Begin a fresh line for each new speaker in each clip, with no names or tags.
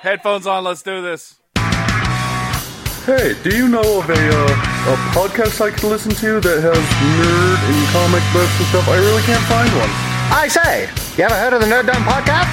Headphones on, let's do this.
Hey, do you know of a uh, a podcast I could listen to that has nerd and comic books and stuff? I really can't find one.
I say, you ever heard of the Nerd Dumb Podcast?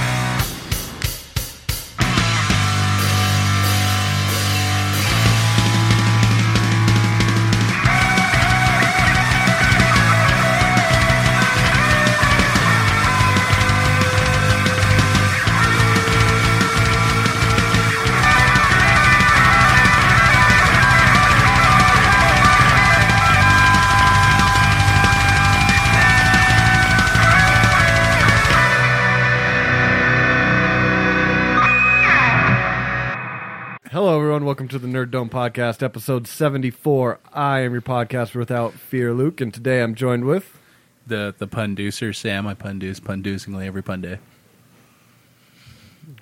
Hello, everyone. Welcome to the Nerd Dome Podcast, episode 74. I am your podcast without fear, Luke, and today I'm joined with.
the the punducer Sam. I punduce punducingly every Punday.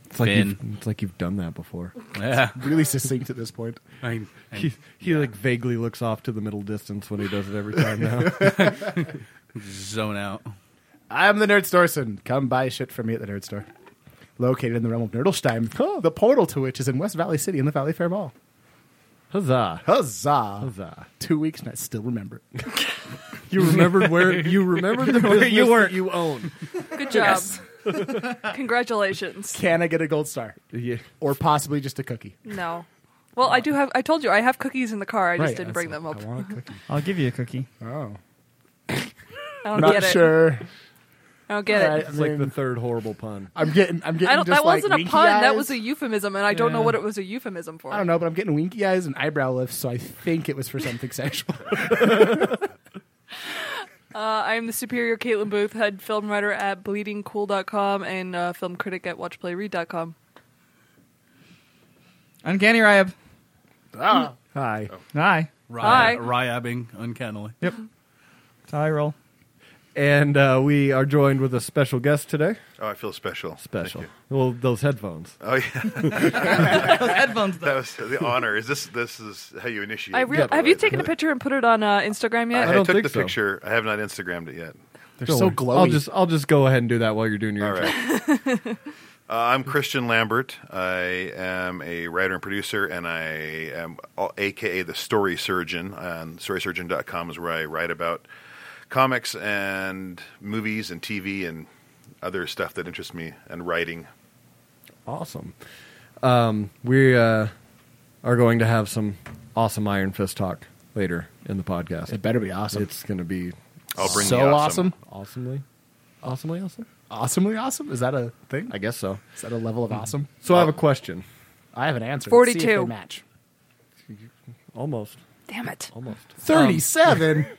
It's like,
Ben.
you've, it's like you've done that before.
Yeah,
really succinct at this point.
I, I-
He, he like vaguely looks off to the middle distance when he does it every time now.
zone out.
I'm the Nerd Storson. Come buy shit from me at the Nerd Store. Located in the realm of Nerdlstein, the portal to which is in West Valley City in the Valley Fair Mall.
Huzzah.
Huzzah!
Huzzah.
Two weeks and I still remember it.
You remembered where you remembered the business you, that you own.
Good job. Congratulations.
Can I get a gold star?
Yeah.
Or possibly just a cookie?
No. Well, I do have. I told you I have cookies in the car. I just didn't bring them up.
I want a cookie.
I'll give you a cookie.
Oh.
I don't
Not
get it.
sure.
I don't get
All
it.
right.
It's like the third horrible pun.
I'm getting. I'm getting.
I don't.
just
That
like
wasn't a
winky
pun. That
eyes.
was a euphemism, and I don't know
Yeah.
what it was a euphemism for.
I don't know, but I'm getting winky eyes and eyebrow lifts, so I think it was for something sexual.
Uh, I am the superior Caitlin Booth, head film writer at bleedingcool.com and uh, film critic at watchplayread.com.
Uncanny Ryab.
Hi.
Oh.
Hi.
Hi.
Ry- Ryabbing uncannily.
Yep. That's how I roll.
And uh, we are joined with a special guest today.
Oh, I feel special.
Special. Well, those headphones.
Oh yeah,
Those headphones, though.
that was the honor. Is this this is how you initiate?
I re- have you taken a picture and put it on uh, Instagram
I,
yet?
I
don't
took
think
the
so.
picture. I have not Instagrammed it yet.
They're
Don't
so
worry.
glowy.
I'll just I'll just go ahead and do that while you're doing your
All
intro.
right. uh, I'm Christian Lambert. I am a writer and producer, and I am all, AKA the Story Surgeon. On StorySurgeon.com is where I write about comics and movies and TV and other stuff that interests me and writing.
Awesome. Um, we uh, are going to have some awesome Iron Fist talk later in the podcast.
It better be awesome.
It's going to be
I'll bring
so
the
awesome.
awesomely, awesomely awesome.
Awesomely awesome? Is that a thing?
I guess so.
Is that a level of
Hmm.
awesome?
So I have a question.
I have an answer. Let's see if
42.
they match.
Almost,
Damn it.
almost.
37.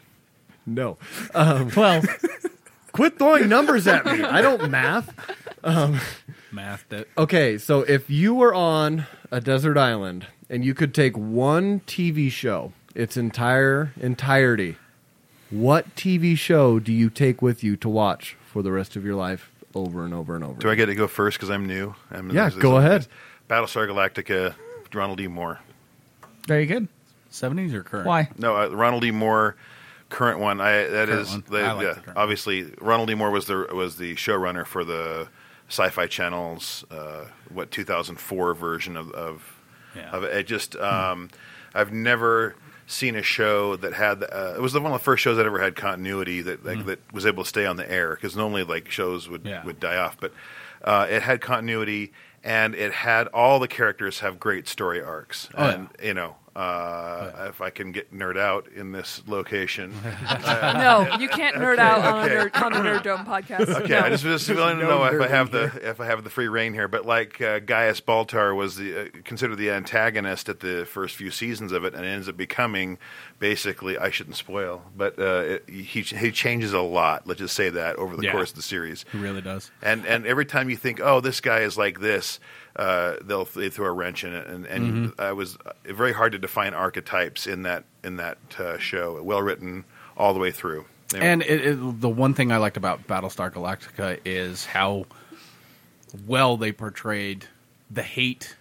No,
Well,
quit throwing numbers at me. I don't math.
Math that.
Okay, so if you were on a desert island and you could take one TV show, its entire entirety, what TV show do you take with you to watch for the rest of your life over and over and over?
Do I get to go first because I'm new? I'm,
Yeah,
this is-
go ahead.
Battlestar Galactica, Ronald E. Moore.
very good.
Seventies or current?
Why?
No, uh, Ronald E. Moore, current one. I
Current
that is
one.
the-
I like
yeah,
the current
obviously Ronald E. Moore was the was the showrunner for the Sci-Fi Channel's uh, what 2004 version of of,
Yeah.
of it. it. Just um, I've never seen a show that had uh, it was the one of the first shows that ever had continuity that like, that was able to stay on the air because normally like shows would
Mm-hmm. Yeah.
would die off, but uh, it had continuity. And it had all the characters have great story arcs,
Oh, yeah.
and you know, uh, if I can get nerd out in this location.
No, you can't nerd out on, a nerd, on a Nerd Dome podcast. no.
Okay, I just just wanted to
no
know if I
nerding
have the if I have the free reign here. But like uh, Gaius Baltar was the, uh, considered the antagonist at the first few seasons of it, and ends up becoming basically I shouldn't spoil, but uh, it, he he changes a lot. Let's just say that over the
Yeah.
course of the series.
It really does.
And and every time you think, oh, this guy is like this, uh, they'll they throw a wrench in it. And and I was uh, very hard to define archetypes in that in that uh, show. Well written all the way through. Anyway,
And it, it, the one thing I liked about Battlestar Galactica is how well they portrayed the hate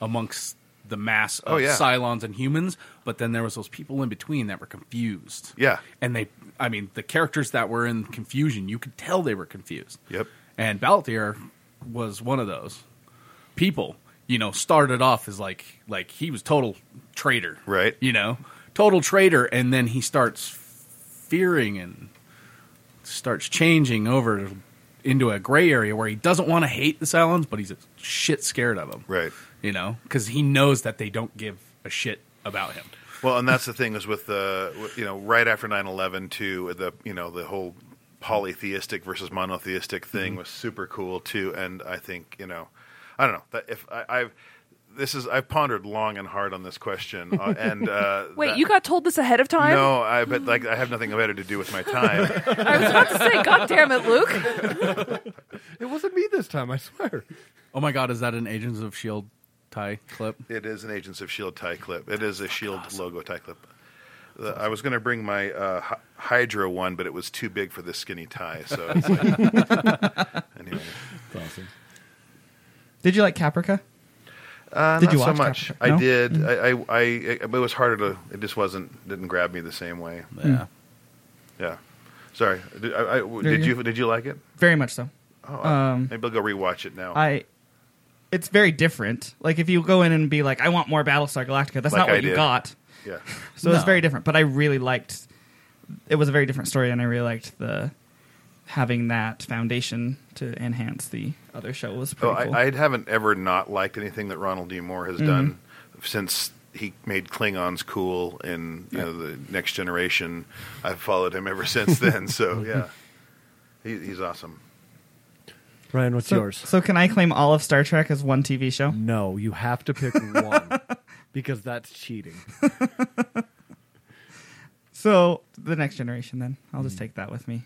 amongst the mass of
Oh, yeah.
Cylons and humans, but then there was those people in between that were confused.
Yeah.
and they, I mean, the characters that were in confusion, you could tell they were confused.
Yep.
And Balthier was one of those people. you know, started off as like like he was total traitor,
Right.
You know, total traitor, and then he starts fearing and starts changing over into a gray area where he doesn't want to hate the Cylons, but he's shit scared of them,
Right.
You know, because he knows that they don't give a shit about him.
Well, and that's the thing is with the with, you know right after 9-11 too the you know the whole polytheistic versus monotheistic thing was super cool too, and I think you know I don't know that if I, I've this is I've pondered long and hard on this question uh, and uh,
Wait,
that-
you got told this ahead of time?
no I but like I have nothing better to do with my time.
I was about to say, God damn it, Luke.
It wasn't me this time, I swear.
Oh my god, is that an Agents of Shield tie E clip?
It is an Agents of Shield E tie clip. It is a Shield E logo tie clip. The- I was going to bring my uh, Hy- Hydra one, but it was too big for this skinny tie. So it's like, anyway,
Did you like Caprica?
uh,
Did
not
you
so
watch
much.
Captain- no? Mm.
I did. I, I, I, it was harder to. It just wasn't. Didn't grab me the same way.
Yeah.
Yeah. Sorry. Did, I, I- w-
There
did
you
you Did you like it?
Very much so.
Oh,
Um,
maybe I'll go rewatch it now.
I. It's very different. Like if you go in and be like, I want more Battlestar Galactica. That's
Like
not what
I
you
did.
got.
yeah.
So it's
No.
very different. But I really liked. It was a very different story, and I really liked the having that foundation to enhance the other show was
Oh,
pretty cool.
I, I haven't ever not liked anything that Ronald D. Moore
Mm-hmm.
has done since he made Klingons cool in you know, the Next Generation. I've followed him ever since then. So yeah, he, he's awesome.
Ryan, what's
so,
yours?
so can I claim all of Star Trek as one TV show?
No, you have to pick one because that's cheating.
So the next generation, then I'll
Hmm.
just take that with me,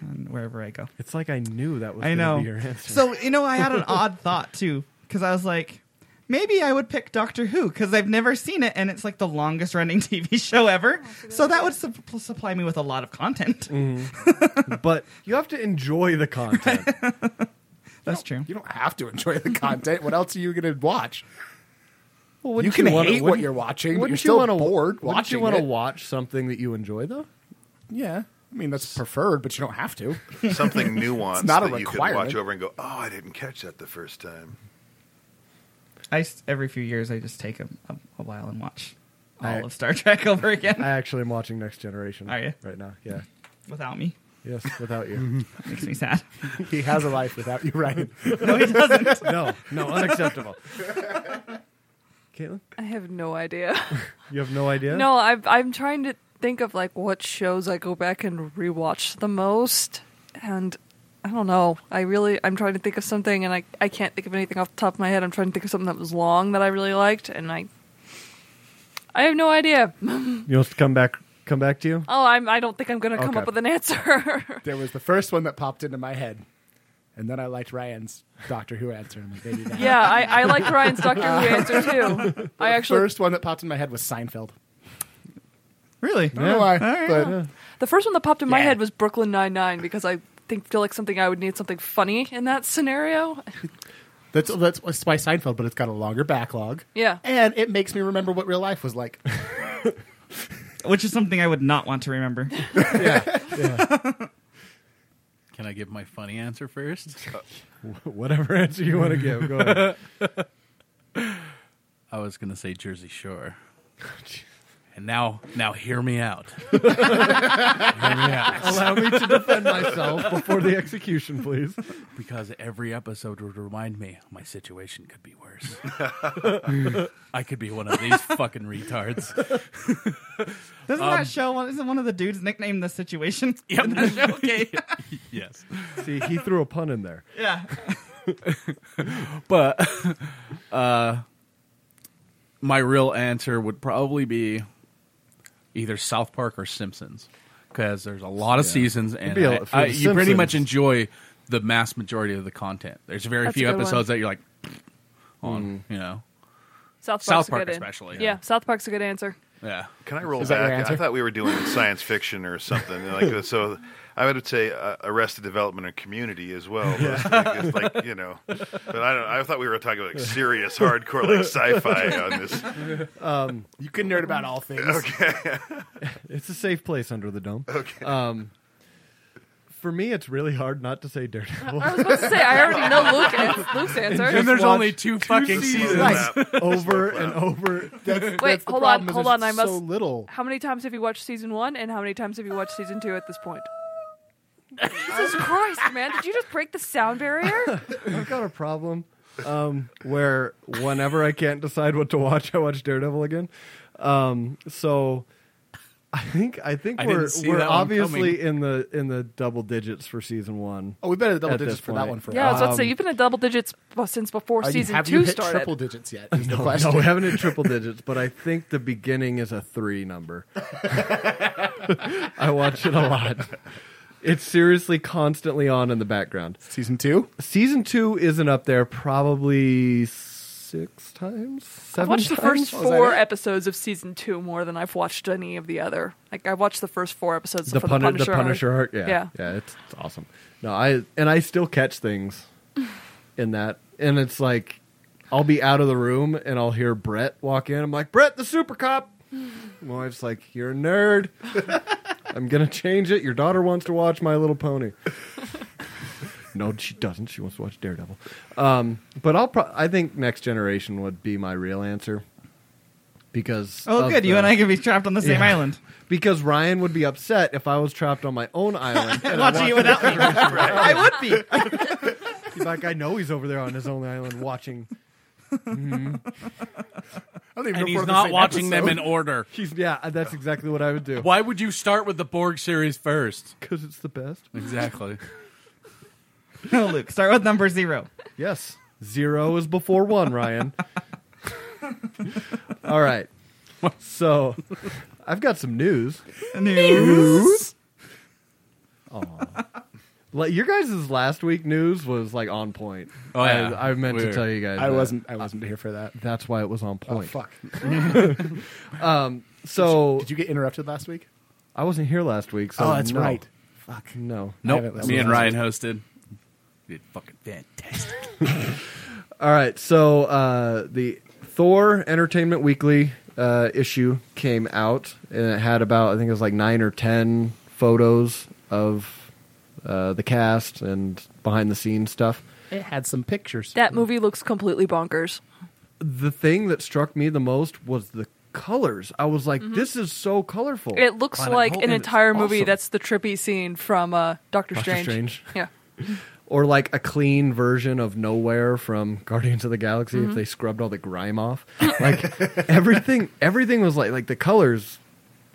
and wherever I go.
It's like I knew that was
I
gonna
know.
be your answer.
So you know, I had an odd thought too, because I was like, maybe I would pick Doctor Who because I've never seen it, and it's like the longest running TV show ever. so that would sup- supply me with a lot of content.
Mm. but you have to enjoy the content.
That's true.
You don't have to enjoy the content. What else are you going to watch?
Well,
You
wouldn't
can
wanna-
hate what
wouldn't-
you're watching, but
wouldn't
you're still
wanna-
bored
Wouldn't you
watching
want to
it.
watch something that you enjoy, though?
Yeah. I mean, that's preferred, but you don't have to.
Something nuanced
not a
that you could
requirement.
watch over and go, oh, I didn't catch that the first time.
I s- every few years I just take a, a, a while and watch all
I-
of Star Trek over again
I actually am watching Next Generation.
Are you?
right now? Yeah.
without me.
Yes, without you.
It makes me sad.
he has a life without you, Ryan.
no, no, unacceptable. Caitlin,
I have no idea.
you have no idea.
No, I've, I'm trying to think of like what shows I go back and rewatch the most, and I don't know. I really I'm trying to think of something, and I I can't think of anything off the top of my head. I'm trying to think of something that was long that I really liked, and I I have no idea. oh,
you want us to come back? Come back to you?
I'm I don't think I'm gonna come
Okay.
up with an answer.
there was the first one that popped into my head, and then I liked Ryan's Doctor Who answer. I'm like, they need that.
yeah, I I liked Ryan's Doctor Who answer too. I actually
First one that popped in my head was Seinfeld.
Really?
I don't know why,
Oh,
but
the first one that popped in my
Yeah.
head was Brooklyn Nine Nine because I think feel like something I would need something funny in that scenario.
that's that's that's why Seinfeld. But it's got a longer backlog,
yeah.
and it makes me remember what real life was like.
Which is something I would not want to remember.
Can I give my funny answer first?
Whatever answer you want to give, go ahead.
I was going to say Jersey Shore. And now, now hear me out.
Allow me to defend myself before the execution, please.
Because every episode would remind me my situation could be worse. I could be one of these fucking retards.
Doesn't
Um,
that show? Isn't one of the dudes nicknamed the situation?
Yep. okay. yes.
See, he threw a pun in there.
Yeah.
But uh, my real answer would probably be either South Park or Simpsons. Because there's a lot of seasons, and
be a-
I-
for
I-
The
you pretty much
Simpsons.
enjoy the vast majority of the content. There's very
That's a
few
good one.
episodes that you're like
Mm.
on, you know.
South Park's
South
a
Park
good an-
especially,
Yeah.
yeah.
South Park's a good answer.
Yeah.
Can I roll
that your
back?
answer?
I thought we were doing science fiction or something. like so, I would say uh, Arrested Development and Community as well. Like, it's like you know, but I don't. I thought we were talking like serious, hardcore, like sci-fi on this.
you can nerd about all things.
It's a safe place under the dome. Okay. Um, for me, it's really hard not to say Daredevil.
I was about to say I already know Luke and Luke's
and
answer.
there's
watch
only two fucking seasons.
Right. over and over. That's,
Wait,
that's the
hold
problem
on,
is
hold
there's
on, I
so
must-
little.
How many times have you watched season one, and how many times have you watched season two at this point? Jesus Christ, man! Did you just break the sound barrier?
I've got a problem um, where whenever I can't decide what to watch, I watch Daredevil again. Um, so I think I think
I didn't
we're
see
we're
that one
obviously
coming.
in the in the double digits for season one.
Oh, we've been at double
At
digits
this
for that
point.
one for Um,
Yeah, I
a
was
while.
about to say you've been in double digits well, since before
Are you-
season
have
two
you hit
started.
triple digits yet? Is the
No,
question.
no, we haven't hit triple digits, but I think the beginning is a three number. I watch it a lot. It's seriously constantly on in the background.
Season two.
Season two isn't up there probably six times,
I've
seven
watched the
times? Oh,
first four episodes of season two more than I've watched any of the other. Like I've watched the first four episodes
the,
for
Puni-
the Punisher.
the
arc.
Punisher arc. Yeah, yeah,
Yeah.
it's, it's awesome. No, I and I still catch things in that, and it's like I'll be out of the room and I'll hear Brett walk in. I'm like, Brett, the super cop. My wife's like, you're a nerd. I'm gonna change it. Your daughter wants to watch My Little Pony. no, she doesn't. She wants to watch Daredevil. Um, but I'll. Pro- I think Next Generation would be my real answer because.
Oh,
of
good. You
the-
and I can be trapped on the same
Yeah.
island.
because Ryan would be upset if I was trapped on my own island. And I
Watching you without me. I would be.
watched- he's like, I know he's over there on his own island watching.
Mm-hmm. I don't even
And
know if we're
he's
on the
not
same
watching them
episode.
in order.
He's yeah, that's exactly what I would do
Why would you start with the Borg series first?
because it's the best.
Exactly.
No, Oh, Luke. Start with number zero.
Yes, zero is before one, Ryan. All right, so I've got some news.
News.
Like your guys' last week news was like on point.
Oh, yeah.
I, I meant to
Weird.
tell you guys.
I
that.
wasn't. I wasn't here for that.
That's why it was on
Oh
point.
fuck!
So
Did you get interrupted last week?
I wasn't here last week. So
oh, that's
no.
right. Fuck.
No.
Nope.
that's
Me and
awesome.
Ryan hosted. Did fucking fantastic.
All right, so uh, the Thor Entertainment Weekly uh, issue came out, and it had about I think it was like nine or ten photos of uh, the cast and behind the scenes stuff.
It had some pictures.
That movie looks completely bonkers.
The thing that struck me the most was the colors. I was like, "This is so colorful."
It looks
Planet
like
Hulk
an
and it's
entire movie
awesome.
that's the trippy scene from uh, Doctor,
Doctor
Strange.
Strange.
Yeah.
or like a clean version of Nowhere from Guardians of the Galaxy if they scrubbed all the grime off. Like everything everything was like like the colors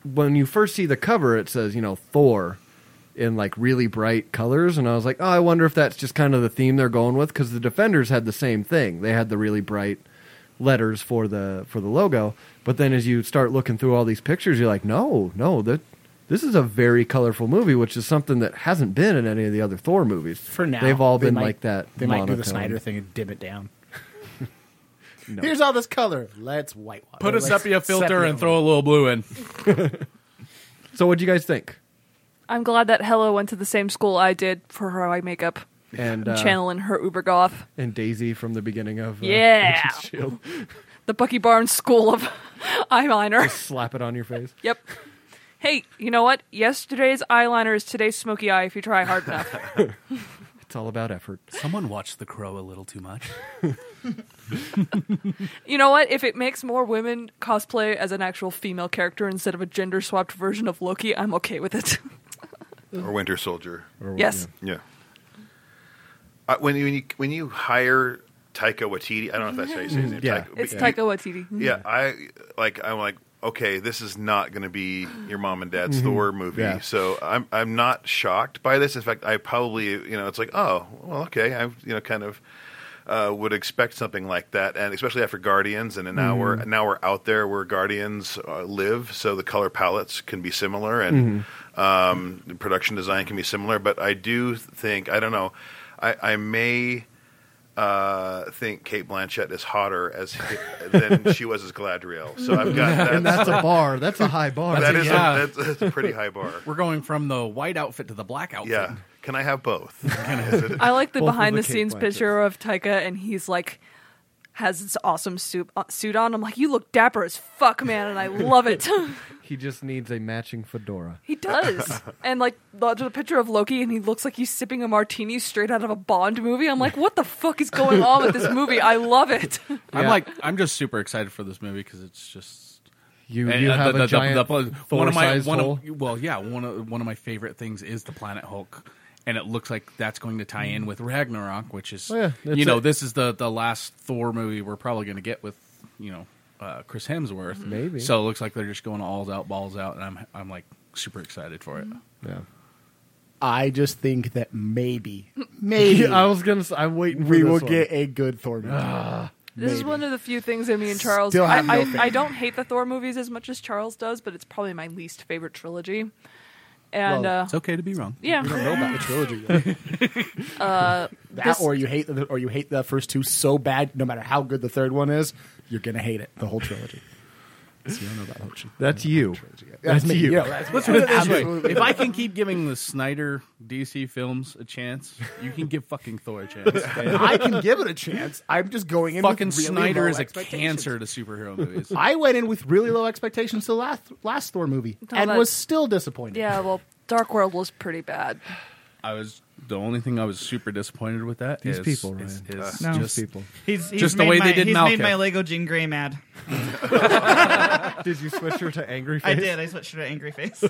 when you first see the cover it says, you know, Thor in like really bright colors and I was like, "Oh, I wonder if that's just kind of the theme they're going with cuz the Defenders had the same thing. They had the really bright letters for the for the logo, but then as you start looking through all these pictures, you're like, "No, no, that this is a very colorful movie, which is something that hasn't been in any of the other Thor movies.
For now,
They've all
They
been
might-
like that.
They might do the
monotone.
Snyder thing and dim it down.
No.
Here's all this color. Let's whitewash.
Put a
Let's
sepia filter
sepia
and throw a little blue in.
So, what do you guys think?
I'm glad that Hella went to the same school I did for her eye makeup.
And
I'm
uh,
channeling her Uber Goth.
and Daisy from the beginning of uh,
Yeah.
Agents of Shield.
The Bucky Barnes School of Eyeliner.
slap it on your face.
Yep. Hey, you know what? Yesterday's eyeliner is today's smoky eye if you try hard enough.
It's all about effort.
Someone watched The Crow a little too much.
you know what? If it makes more women cosplay as an actual female character instead of a gender swapped version of Loki, I'm okay with it.
or Winter Soldier.
Or,
yes.
Yeah. Uh, when you when you when you hire Taika Waititi, I don't know if that's how you say his name.
Yeah.
Taika,
It's
but
Taika
you-
Waititi.
Yeah, I like. I'm like, okay, this is not going to be your mom and dad's Thor movie.
Yeah.
So I'm I'm not shocked by this. In fact, I probably you know it's like, oh, well, okay, I you know kind of. Uh, would expect something like that, and especially after Guardians, and
Mm-hmm.
now we're now we're out there where Guardians uh, live, so the color palettes can be similar, and
Mm-hmm.
um, the production design can be similar. But I do think I don't know, I, I may uh, think Kate Blanchett is hotter as than she was as Galadriel. So I've got that.
And that's a bar. That's a high bar.
that is
yeah.
a, that's, that's a pretty high bar.
We're going from the white outfit to the black outfit.
Yeah. Can I have both?
I like the
Both of
behind
the
the
Kate
scenes
Blanchetts.
picture of Taika, and he's like has this awesome suit uh, suit on. I'm like, you look dapper as fuck, man, and I love it.
He just needs a matching fedora.
he does. and like, there's a picture of Loki, and he looks like he's sipping a martini straight out of a Bond movie. I'm like, what the fuck is going on with this movie? I love it.
I'm
Yeah.
like, I'm just super excited for this movie because it's just
You,
And,
you
uh,
have
the-
a
the- the-
giant
the- one of my
Thor-sized
one
hole?
of, well, yeah, one of one of my favorite things is the Planet Hulk, and it looks like that's going to tie in with Ragnarok, which is
Oh, yeah, that's
you know
it.
this is the the last Thor movie we're probably going to get with you know uh, Chris Hemsworth,
Mm-hmm. Maybe.
So it looks like they're just going all out, balls out, and I'm I'm like super excited for it.
Yeah.
I just think that maybe, maybe
I was gonna. s- I'm waiting. For
we
this
will
one.
get a good Thor movie.
This is
Maybe.
one of the few things that me and Charles.
Still
I,
have no
I,
faith.
I don't hate the Thor movies as much as Charles does, but it's probably my least favorite trilogy. And
Well,
uh,
It's okay to be wrong.
yeah,
You don't know about the trilogy yet. that,
Uh, this-
or you hate the, or you hate the first two so bad, no matter how good the third one is, you're gonna hate it. The whole trilogy. So you don't know about the whole tri-
That's you.
trilogy yet.
That's
me.
you.
Yeah, that's me.
Let's put it this way:
Absolutely.
if I can keep giving the Snyder DC films a chance, you can give fucking Thor a chance. okay?
I can give it a chance. I'm just going in.
fucking
with really
Snyder
low
is a
expectations.
cancer to superhero movies.
I went in with really low expectations to the last last Thor movie
No,
and
that-
was still disappointed.
yeah. Well, Dark World was pretty bad.
I was the only thing I was super disappointed with that
These
is-
people,
is-
Ryan.
is
No.
just
people.
He's, he's
Just the
made
way they
my,
did
He's
Malekith.
made my Lego Jean Grey mad.
Did you switch her to angry face?
I did. I switched to angry face.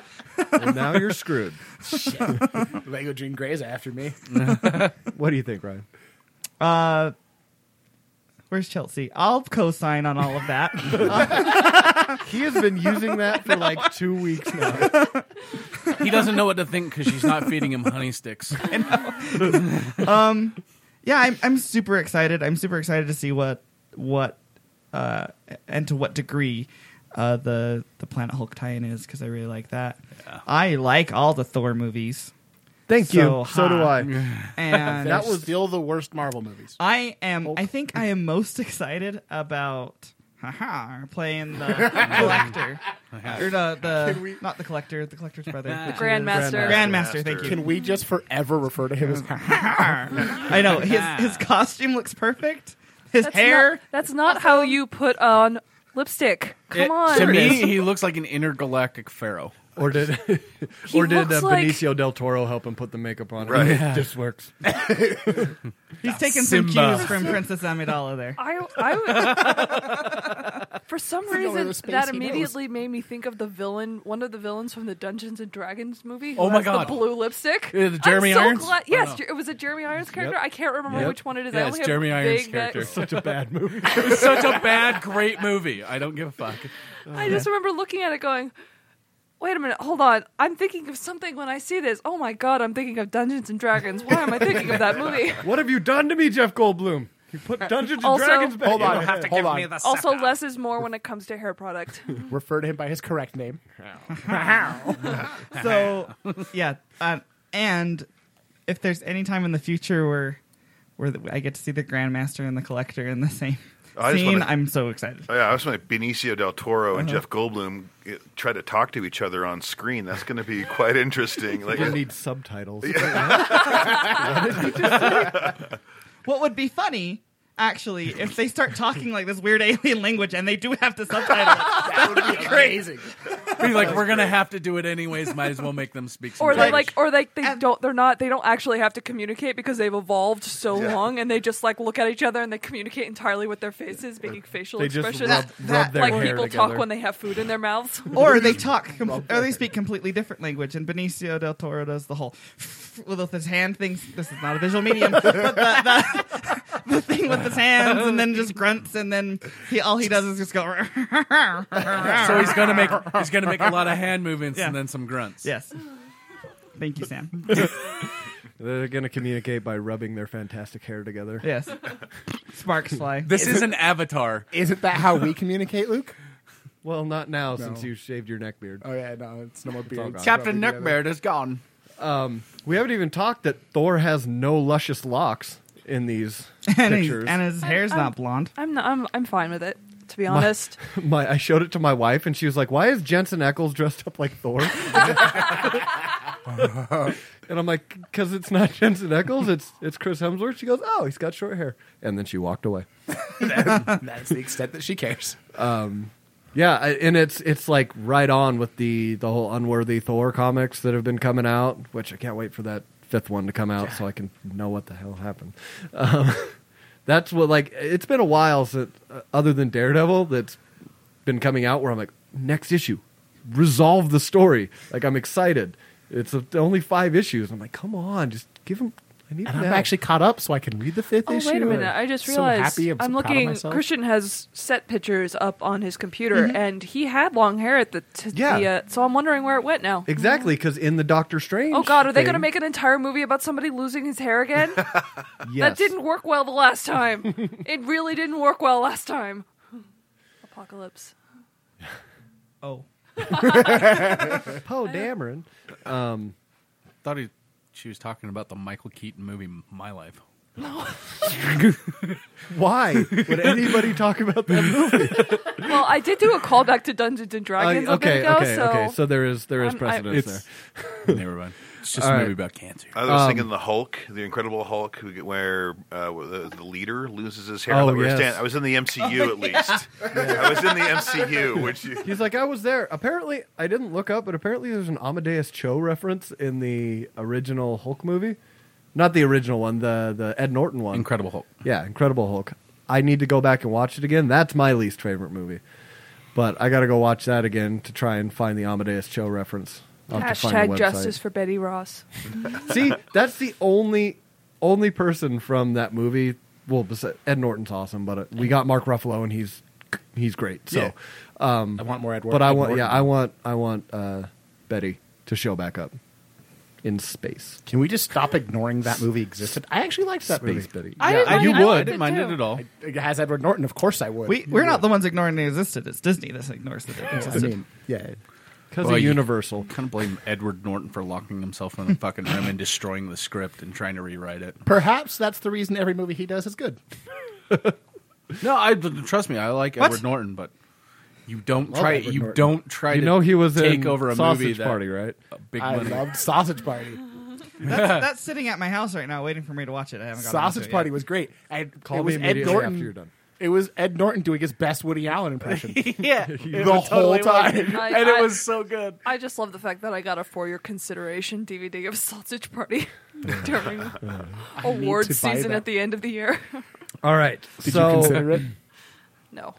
And now you're screwed.
Lego Jean Grey's after me.
What do you think, Ryan?
Uh, where's Chelsea? I'll co-sign on all of that.
He has been using that for like two weeks now.
He doesn't know what to think because she's not feeding him honey sticks.
yeah, I'm, I'm super excited. I'm super excited to see what what uh, and to what degree uh, the the Planet Hulk tie-in is because I really like that. I like all the Thor movies,
Thank
So
you. So do
hot.
I.
and
that was still the worst Marvel movies.
I am. I think I am most excited about. Haha, playing the collector. or the, the not the collector, the collector's brother.
The
which is-
Grandmaster.
Grandmaster, thank you.
Can we just forever refer to him as?
I know his his costume looks perfect. His
That's
hair.
Not, that's not how you put on lipstick. Come
It-
on.
to me, he looks like an intergalactic pharaoh.
Or did,
He
or did uh,
looks like-
Benicio del Toro help him put the makeup on?
Right.
It just works.
He's taking some
Simba.
cues from Princess Amidala there.
I, I would- for some
only
reason
other space he
that
knows.
immediately made me think of the villain, one of the villains from the Dungeons and Dragons movie. who
Oh my
has
God.
the blue lipstick.
Yeah, the Jeremy
I'm so
Irons?
glad-
Oh,
yes,
no.
Jer- it was a Jeremy Irons character.
Yep.
I can't remember
Yep.
which one it is. I
Yeah,
only
it's
have
Jeremy Irons'
vague that-
character.
Such a bad movie.
It was such a bad, great movie. I don't give a fuck.
I just remember looking at it going, wait a minute, hold on. I'm thinking of something when I see this. Oh my god, I'm thinking of Dungeons and Dragons. Why am I thinking of that movie?
What have you done to me, Jeff Goldblum? You put Dungeons and
Also-
Dragons back.
Uh, Hold on, hold on.
Also, less is more when it comes to hair product.
refer to him by his correct name.
So yeah, um, and if there's any time in the future where where the, I get to see the Grandmaster and the Collector in the same
I just
scene,
wanna-
I'm so excited.
Oh, yeah, I was like Benicio del Toro and Jeff Goldblum uh, try to talk to each other on screen. That's going to be quite interesting. Like,
You need subtitles.
What would be funny? Actually, if they start talking like this weird alien language and they do have to subtitle it,
Crazy.
He's like, we're gonna have to do it anyways. Might as well make them speak. Some
or they
language."
like or like they
And-
don't they're not they don't actually have to communicate because they've evolved so long and they just like look at each other and they communicate entirely with their faces making facial
They just
expressions
rub, rub
That-
their
like
hair
people
together.
talk when they have food in their mouths
or they talk, com- or they speak completely different language. And Benicio del Toro does the whole with his hand things. This is not a visual medium, but the, the, the thing with his hands, and then just grunts, and then he all he does is just go.
so he's gonna make he's gonna make a lot of hand movements
Yeah.
and then some grunts.
yes. Thank you, Sam.
They're going to communicate by rubbing their fantastic hair together.
Yes. Sparks fly.
This is an avatar.
Isn't that how we communicate, Luke?
Well, not now since you shaved your neck beard.
Oh yeah, no, it's no more
all
beard.
gone.
Captain Neckbeard is gone.
We haven't even talked that Thor has no luscious locks in these
and, he's-
pictures.
and his hair's
I'm-
not blonde.
i'm not i'm, I'm fine with it to be honest
my, I showed it to my wife, and she was like, "Why is Jensen Ackles dressed up like Thor?" And I'm like, because it's not Jensen Eccles, it's it's Chris Hemsworth. She goes, oh, he's got short hair. And then she walked away.
That's the extent that she cares.
Yeah, I- and it's it's like right on with the the whole unworthy Thor comics that have been coming out, which I can't wait for that fifth one to come out so I can know what the hell happened. Um, that's what like it's been a while since uh, other than Daredevil that's been coming out where I'm like next issue, resolve the story. Like I'm excited. It's a, only five issues. I'm like, come on, just give him. I need. it
And I'm
now.
actually caught up, so I can read the fifth
Oh
issue.
wait a minute!
and
I just
so
realized
happy, I'm, so
I'm
proud of
looking.
myself.
Christian has set pictures up on his computer, and he had long hair at the. T-
Mm-hmm. Yeah.
The, uh, so I'm wondering where it went now.
exactly because in the Doctor Strange.
Oh God, are they
thing-
going to make an entire movie about somebody losing his hair again? That
Yes.
didn't work well the last time. it really didn't work well last time. Apocalypse.
Oh.
Poe Dameron.
thought he, she was talking about the Michael Keaton movie My Life.
Why would anybody talk about that movie?
Well, I did do a callback to Dungeons and Dragons.
Uh,
a bit
okay,
ago,
okay,
so.
okay. So there is there is
I'm- I-
precedence there.
It's never mind. It's just a
All
movie
right.
about cancer.
I was thinking the Hulk, the Incredible Hulk, who get- where uh, the, the leader loses his hair. I,
Oh,
thought we were
yes.
stand- I was in the MCU at least. I was in the MCU, which you,
He's like, I was there. Apparently, I didn't look up, but apparently there's an Amadeus Cho reference in the original Hulk movie, not the original one, the the Ed Norton one.
Incredible Hulk.
Yeah, Incredible Hulk. I need to go back and watch it again. That's my least favorite movie, but I got to go watch that again to try and find the Amadeus Cho reference. I'll have to find the
Hashtag
website.
justice for Betty Ross.
See, that's the only only person from that movie. Well, besi- Ed Norton's awesome, but uh, we got Mark Ruffalo, and he's he's great. So,
Yeah. I want more Edward.
but I
Ed
want
Norton.
yeah, I want I want uh, Betty to show back up in space.
Can we just stop ignoring that movie existed? I actually liked that
space
movie.
Betty.
I didn't
I-
mind-
you
I
would.
liked
I didn't mind
too.
it at all.
It has Edward Norton. Of course, I would.
We, we're not the ones ignoring they existed. It's Disney that ignores that they
I
existed.
mean, yeah.
because
Well,
of
you-
Universal.
kind of blame Edward Norton for locking himself in a fucking room and destroying the script and trying to rewrite it.
Perhaps that's the reason every movie he does is good.
No, I trust me. I like
What?
Edward Norton, but you don't
Love
try.
Edward
you
Norton.
don't try.
You
to
know he was
take
in
over a
Sausage
movie that-
Party, right?
a big
I
money.
loved Sausage Party.
That's, that's sitting at my house right now, waiting for me to watch it. I haven't. gotten
Sausage
onto it
Party
yet.
was great. I,
Call
it
me
was Ed
immediately
Norton.
after you're done.
It was Ed Norton doing his best Woody Allen impression
yeah,
the whole time,
I-
and it
I-
was so good.
I just love the fact that I got a for your consideration DVD of Sausage Party during
to
Uh,
awards
buy
season
that.
at the end of the year.
All right,
Did
so
you consider it?
no,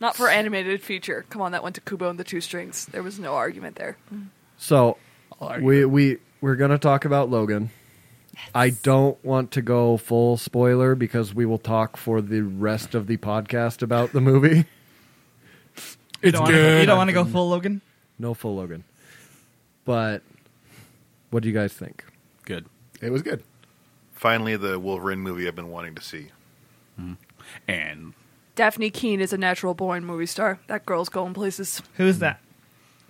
not for animated feature. Come on, that went to Kubo and the Two Strings. There was no argument there.
So
argue
we we we're gonna talk about Logan. I don't want to go full spoiler because we will talk for the rest of the podcast about the movie.
You don't wanna- You don't want to go full Logan.
No full Logan. But what do you guys think?
good.
It was good.
finally the Wolverine movie I've been wanting to see.
And
Daphne Keene is a natural born movie star. That girl's going places.
Who's that?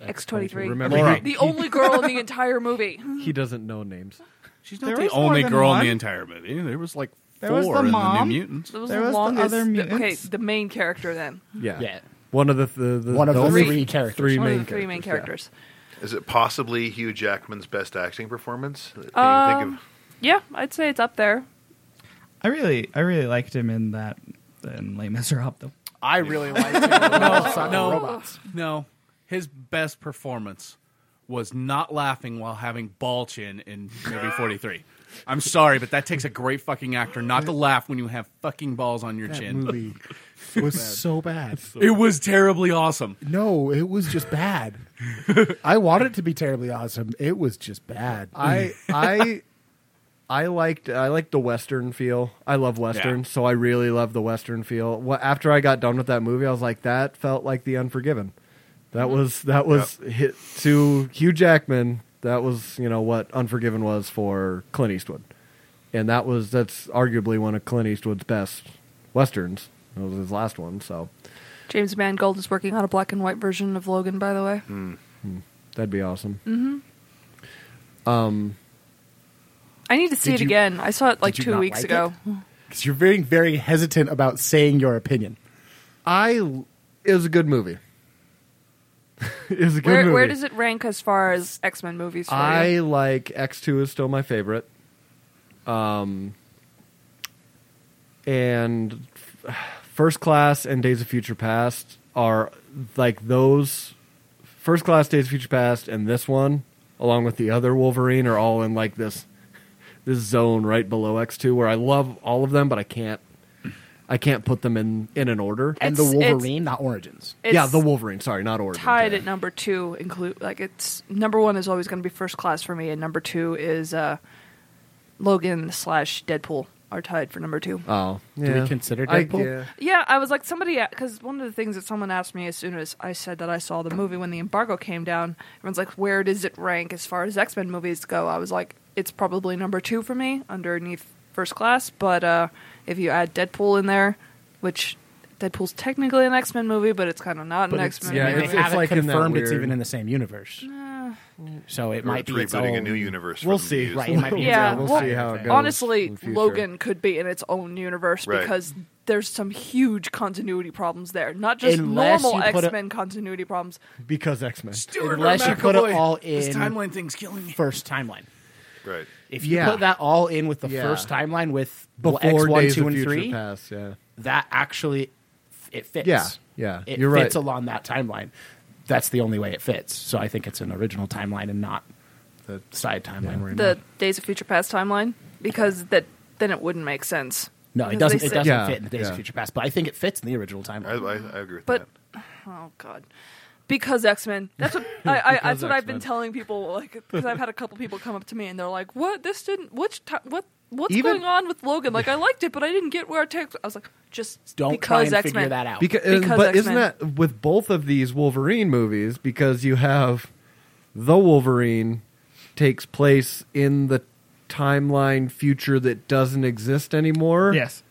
X twenty three.
Remember,
Laura.
The only girl in the entire movie.
he doesn't know names.
she's not
There
the
was more
only
than
girl in
one.
the entire movie. There was like
There
four
was the
in the
mom.
New Mutants.
That was
There
the
was the
longest.
other
okay,
mutants.
the main character then.
Yeah.
Yeah.
One of the, the, the
One of the
those
three,
Three.
characters.
three
One
main
of the three main characters.
Is it possibly Hugh Jackman's best acting performance? Can you think
Um,
of-
yeah, I'd say it's up there.
I really, I really liked him in that in Les Miserables. Though.
I really liked it. no,
no.
robots.
No, his best performance was not laughing while having ball chin in movie 43. I'm sorry, but that takes a great fucking actor not to laugh when you have fucking balls on your
That
chin.
movie was so bad.
It was terribly awesome.
No, it was just bad. I wanted it to be terribly awesome. It was just bad.
I I I liked I liked the western feel. I love western,
Yeah.
so I really love the western feel. Wha- After I got done with that movie, I was like, that felt like The Unforgiven. That was that was hit to Hugh Jackman. That was you know what Unforgiven was for Clint Eastwood, and that was that's arguably one of Clint Eastwood's best westerns. It was his last one, so
James Mangold is working on a black and white version of Logan, by the way.
that'd be awesome.
I need to see
Did
it
you-
again. I saw it like
did you
two
not
weeks
like
ago.
Because you're being very hesitant about saying your opinion.
I it was a good movie. is a good
Where,
movie.
where does it rank as far as X Men movies? For
I
you?
like X two is still my favorite. Um, and First Class and Days of Future Past are like those. First Class, Days of Future Past, and this one, along with the other Wolverine, are all in like this this zone right below X two, where I love all of them, but I can't I can't put them in in an order.
and the
It's- it's-
Wolverine, not Origins.
It's
yeah, the Wolverine. Sorry, not Origin.
tied at number two. Include like it's number one is always going to be First Class for me, and number two is uh, Logan slash Deadpool are tied for number two.
Oh,
we
yeah.
consider
I-
Deadpool?
yeah.
Yeah, I was like somebody because one of the things that someone asked me as soon as I said that I saw the movie when the embargo came down, everyone's like, "Where does it rank as far as X Men movies go?" I was like, "It's probably number two for me, underneath First Class." But uh, if you add Deadpool in there, which Deadpool's technically an X Men movie, but it's kind of not
But
an
it's,
X Men
yeah,
I mean,
movie.
they
it's-
haven't
like in that
confirmed it's
weird-
even in the same universe. so it
Or
might
it's
be its
rebooting a
own-
new universe.
We'll
from
see.
these.
Right, it might be its
Yeah,
own
we'll
entire
see how it
thing.
goes.
Honestly,
in the future.
Logan could be in its own universe
Right.
because there's some huge continuity problems there. Not just
Unless
normal
you put a-
X Men continuity problems.
because X Men.
Stuart
Unless you put it
McAvoy.
all
This
in-
timeline thing's killing me.
First timeline.
Right.
If you
Yeah.
put that all in with the
Yeah.
first timeline with
Before
X one,
Days
two,
of
and
Future
three,
Past, yeah.
that actually f- it fits.
Yeah, yeah,
It
you're
fits
right.
along that timeline. That's the only way it fits. So I think it's an original timeline and not the side timeline we're in.
the
now.
Days of Future Past timeline because that then it wouldn't make sense.
no, it
Because they
doesn't. It
said-
doesn't
Yeah,
fit in the Days
yeah.
of Future Past, but I think it fits in the original
I,
timeline.
I, I agree with
But-
that.
Oh God, because X Men. That's what I, I, that's
Because
what I've been
X-Men.
telling people. Like because I've had a couple people come up to me and they're like, "What? This didn't. Which ti what? What's
Even-
going on with Logan? Like I liked it, but I didn't get where it takes." I was like, "Just
Don't try
because
and
X
figure
Men
that out.
Because,
Because
uh, but isn't
X-Men.
that with both of these Wolverine movies? Because you have the Wolverine takes place in the timeline future that doesn't exist anymore.
Yes.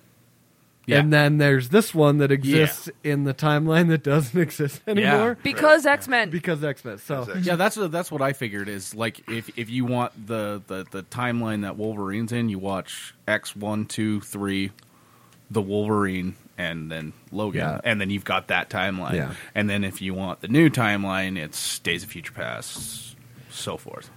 Yeah.
And then there's this one that exists in the timeline that doesn't exist anymore.
because X Men."
Because X Men. So
Because X-
Yeah, that's what, that's what I figured is like if if you want the, the, the timeline that Wolverine's in, you watch X one two three, the Wolverine, and then Logan,
Yeah.
and then you've got that timeline.
Yeah.
And then if you want the new timeline, it's Days of Future Past, so forth.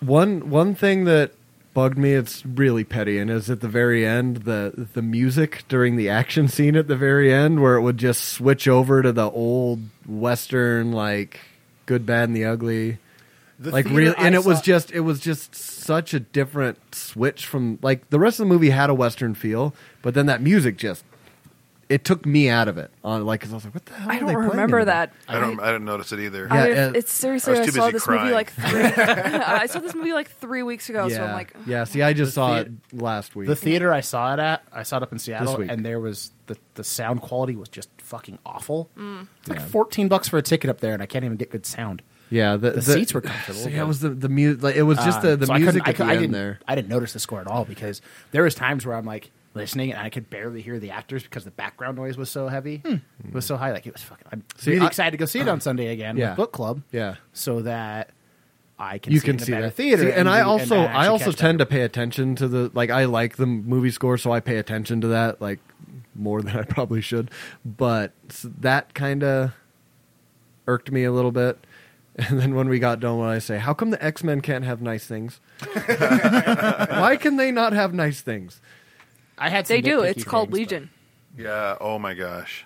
One one thing that bugged me, it's really petty, and is at the very end the the music during the action scene at the very end where it would just switch over to the old western like good, bad, and the ugly.
The
like
theater
real, and
I
it was
saw-
just it was just such a different switch from like the rest of the movie had a western feel, but then that music just it took me out of it on like 'cause I was like, what the hell?
I
are
don't
they playing
remember
over there?
that.
I don't. I don't notice it either.
Yeah,
I
and-
it's seriously.
I
I,
was too
saw
busy
this
crying.
movie like three. I saw this movie like three weeks ago. So I'm like,
yeah. See, I just saw
thea-
it last week.
The theater I saw it at, I saw it up in Seattle,
week.
and there was the, the sound quality was just fucking awful.
Mm.
It's like
Yeah.
fourteen bucks for a ticket up there, and I can't even get good sound.
Yeah, the,
The seats were comfortable,
So, yeah,
but-
it was the the music. Like, it was just the,
Um,
the
so I couldn't-
music
I,
at the
cou- I
end
didn't,
there.
I didn't notice the score at all because there was times where I'm like listening and I could barely hear the actors because the background noise was so heavy, was so high. Like it was fucking. I'm
Hmm. See,
really
I- uh,
excited to go see it on Sunday again
Yeah.
with book club.
Yeah.
so that I can
You
see
can
it in
see
a better
that
theater.
See, and I
re-
also
actually
I also
catch that.
tend to pay attention to the like I like the movie score, so I pay attention to that like more than I probably should. But s that kind of irked me a little bit. And then when we got done, when I say, "How come the X Men can't have nice things? Why can they not have nice things?"
I had some
they do.
nitpicky
It's called
things, but-
Legion.
Yeah. Oh my gosh.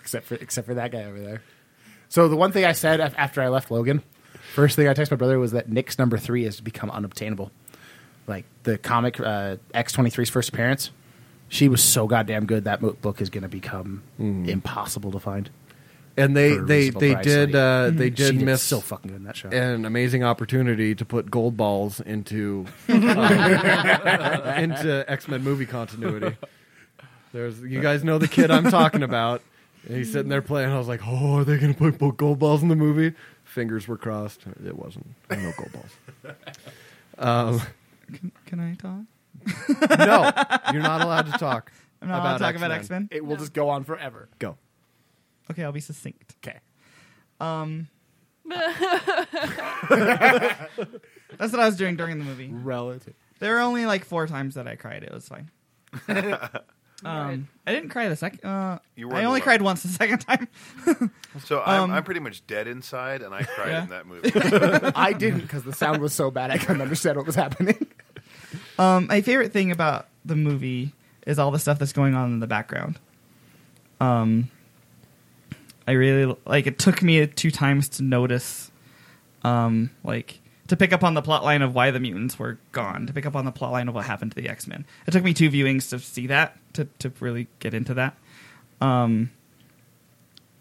except for except for that guy over there. So the one thing I said af- after I left Logan, first thing I texted my brother was that Nick's number three has become unobtainable. Like the comic uh, X 23s first appearance, she was so goddamn good that mo- book is going to become impossible to find.
And Mm. they
for a
they
reasonable
they
price,
did
like,
uh, they
she
did
did
miss
so fucking good in that show.
an amazing opportunity to put gold balls into uh, into X Men movie continuity. There's you guys know the kid I'm talking about. And he's sitting there playing. I was like, "Oh, are they going to put bo- gold balls in the movie?" Fingers were crossed. It wasn't no gold balls.
Can, can I talk?
No, you're not allowed to talk.
I'm not allowed to talk about X Men.
it will just go on forever.
Go.
Okay, I'll be succinct.
Okay.
Um, that's what I was doing during the movie.
Relative.
There were only like four times that I cried. It was fine. Um, I didn't cry the second. Uh,
You were
I
in
only
love.
cried once the second time.
So I'm, I'm pretty much dead inside, and I cried
Yeah.
in that movie.
I didn't because the sound was so bad I couldn't understand what was happening.
Um, my favorite thing about the movie is all the stuff that's going on in the background. Um, I really like. It took me two times to notice, um, like to pick up on the plot line of why the mutants were gone, to pick up on the plot line of what happened to the X Men. It took me two viewings to see that, to to really get into that. Um,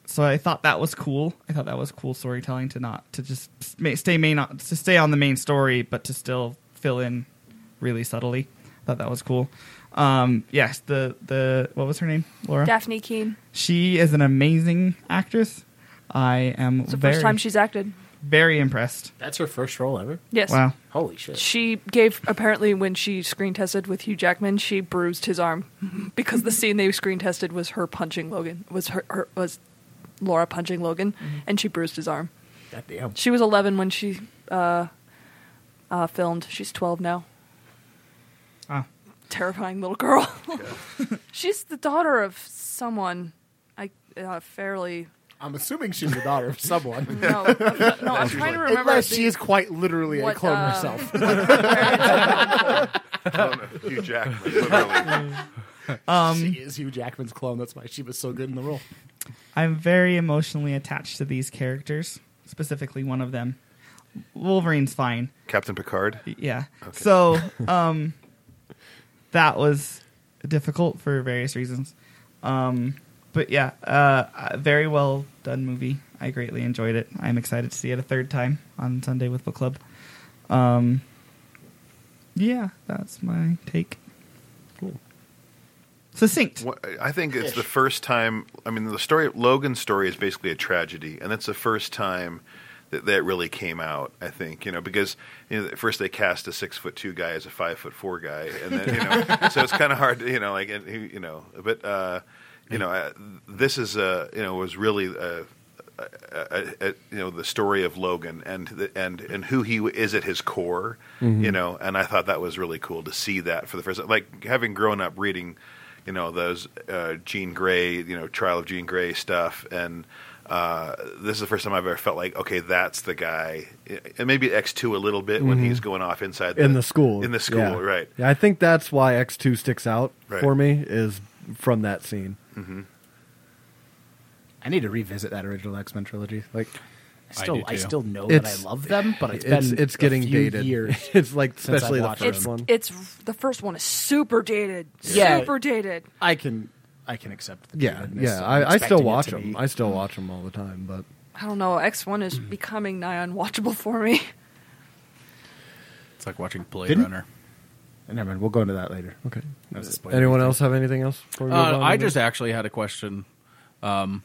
so I thought that was cool. I thought that was cool storytelling to not to just ma- stay main to stay on the main story, but to still fill in really subtly. I thought that was cool. Um, yes, the the what was her name? Laura.
Daphne Keene.
She is an amazing actress. I am
It's the
very
first time she's acted.
very impressed.
That's her first role ever.
Yes.
Wow.
Holy shit!
She gave apparently when she screen tested with Hugh Jackman, she bruised his arm because the scene they screen tested was her punching Logan was her, her was Laura punching Logan,
Mm-hmm.
and she bruised his arm.
God damn.
She was 11 when she uh, uh, filmed. She's 12 now.
Wow.
Terrifying little girl. She's the daughter of someone. I uh, fairly
I'm assuming she's the daughter of someone.
no. I'm not- no, I'm trying to remember.
Unless
the-
she is quite literally
what,
a clone
um,
uh,
herself.
Hugh Jackman, literally.
Um,
she is Hugh Jackman's clone. That's why she was so good in the role.
I'm very emotionally attached to these characters, specifically one of them. Wolverine's fine.
Captain Picard.
Yeah. So, um, that was difficult for various reasons. Um, but yeah, uh, a very well done movie. I greatly enjoyed it. I'm excited to see it a third time on Sunday with book club. Um, yeah, that's my take. Succinct.
What- I think it's the first time. I mean, the story Logan's story is basically a tragedy, and that's the first time that that really came out. I think you know because you know, at first they cast a six foot two guy as a five foot four guy, and then you know so it's kind of hard, to, you know, like and, who- you know, but uh, you know uh, this is a you know was really a, a, a, you know the story of Logan and the, and and who he is at his core,
Mm-hmm.
you know. And I thought that was really cool to see that for the first like having grown up reading, you know, those uh, Jean Grey, you know, Trial of Jean Grey stuff, and uh, this is the first time I've ever felt like okay, that's the guy, and maybe X two a little bit when he's going off inside
Mm-hmm. in the school
in the school,
Yeah.
right?
yeah i think that's why x2 sticks out
Right.
for me is from that scene
I need to revisit that original X Men trilogy. Like, I
I do
still, I,
too.
still know
It's-
that I love them, but it's
it's
been
it's
a
getting
few
dated
years.
it's like
since I've
especially the
watched
first
it's,
one
it's the first one is super dated.
Yeah.
Super dated.
I can, I can accept. The
yeah
datedness.
yeah
I'm
i, I
expecting
still
it
watch
to
them
be-
i still watch them all the time but
I don't know. X one is becoming nigh unwatchable for me.
It's like watching Blade
Didn't-
Runner.
Never mind. We'll go into that later.
okay
That was a spoiler.
anyone else have anything else for me
Uh, I just actually had a question. Um,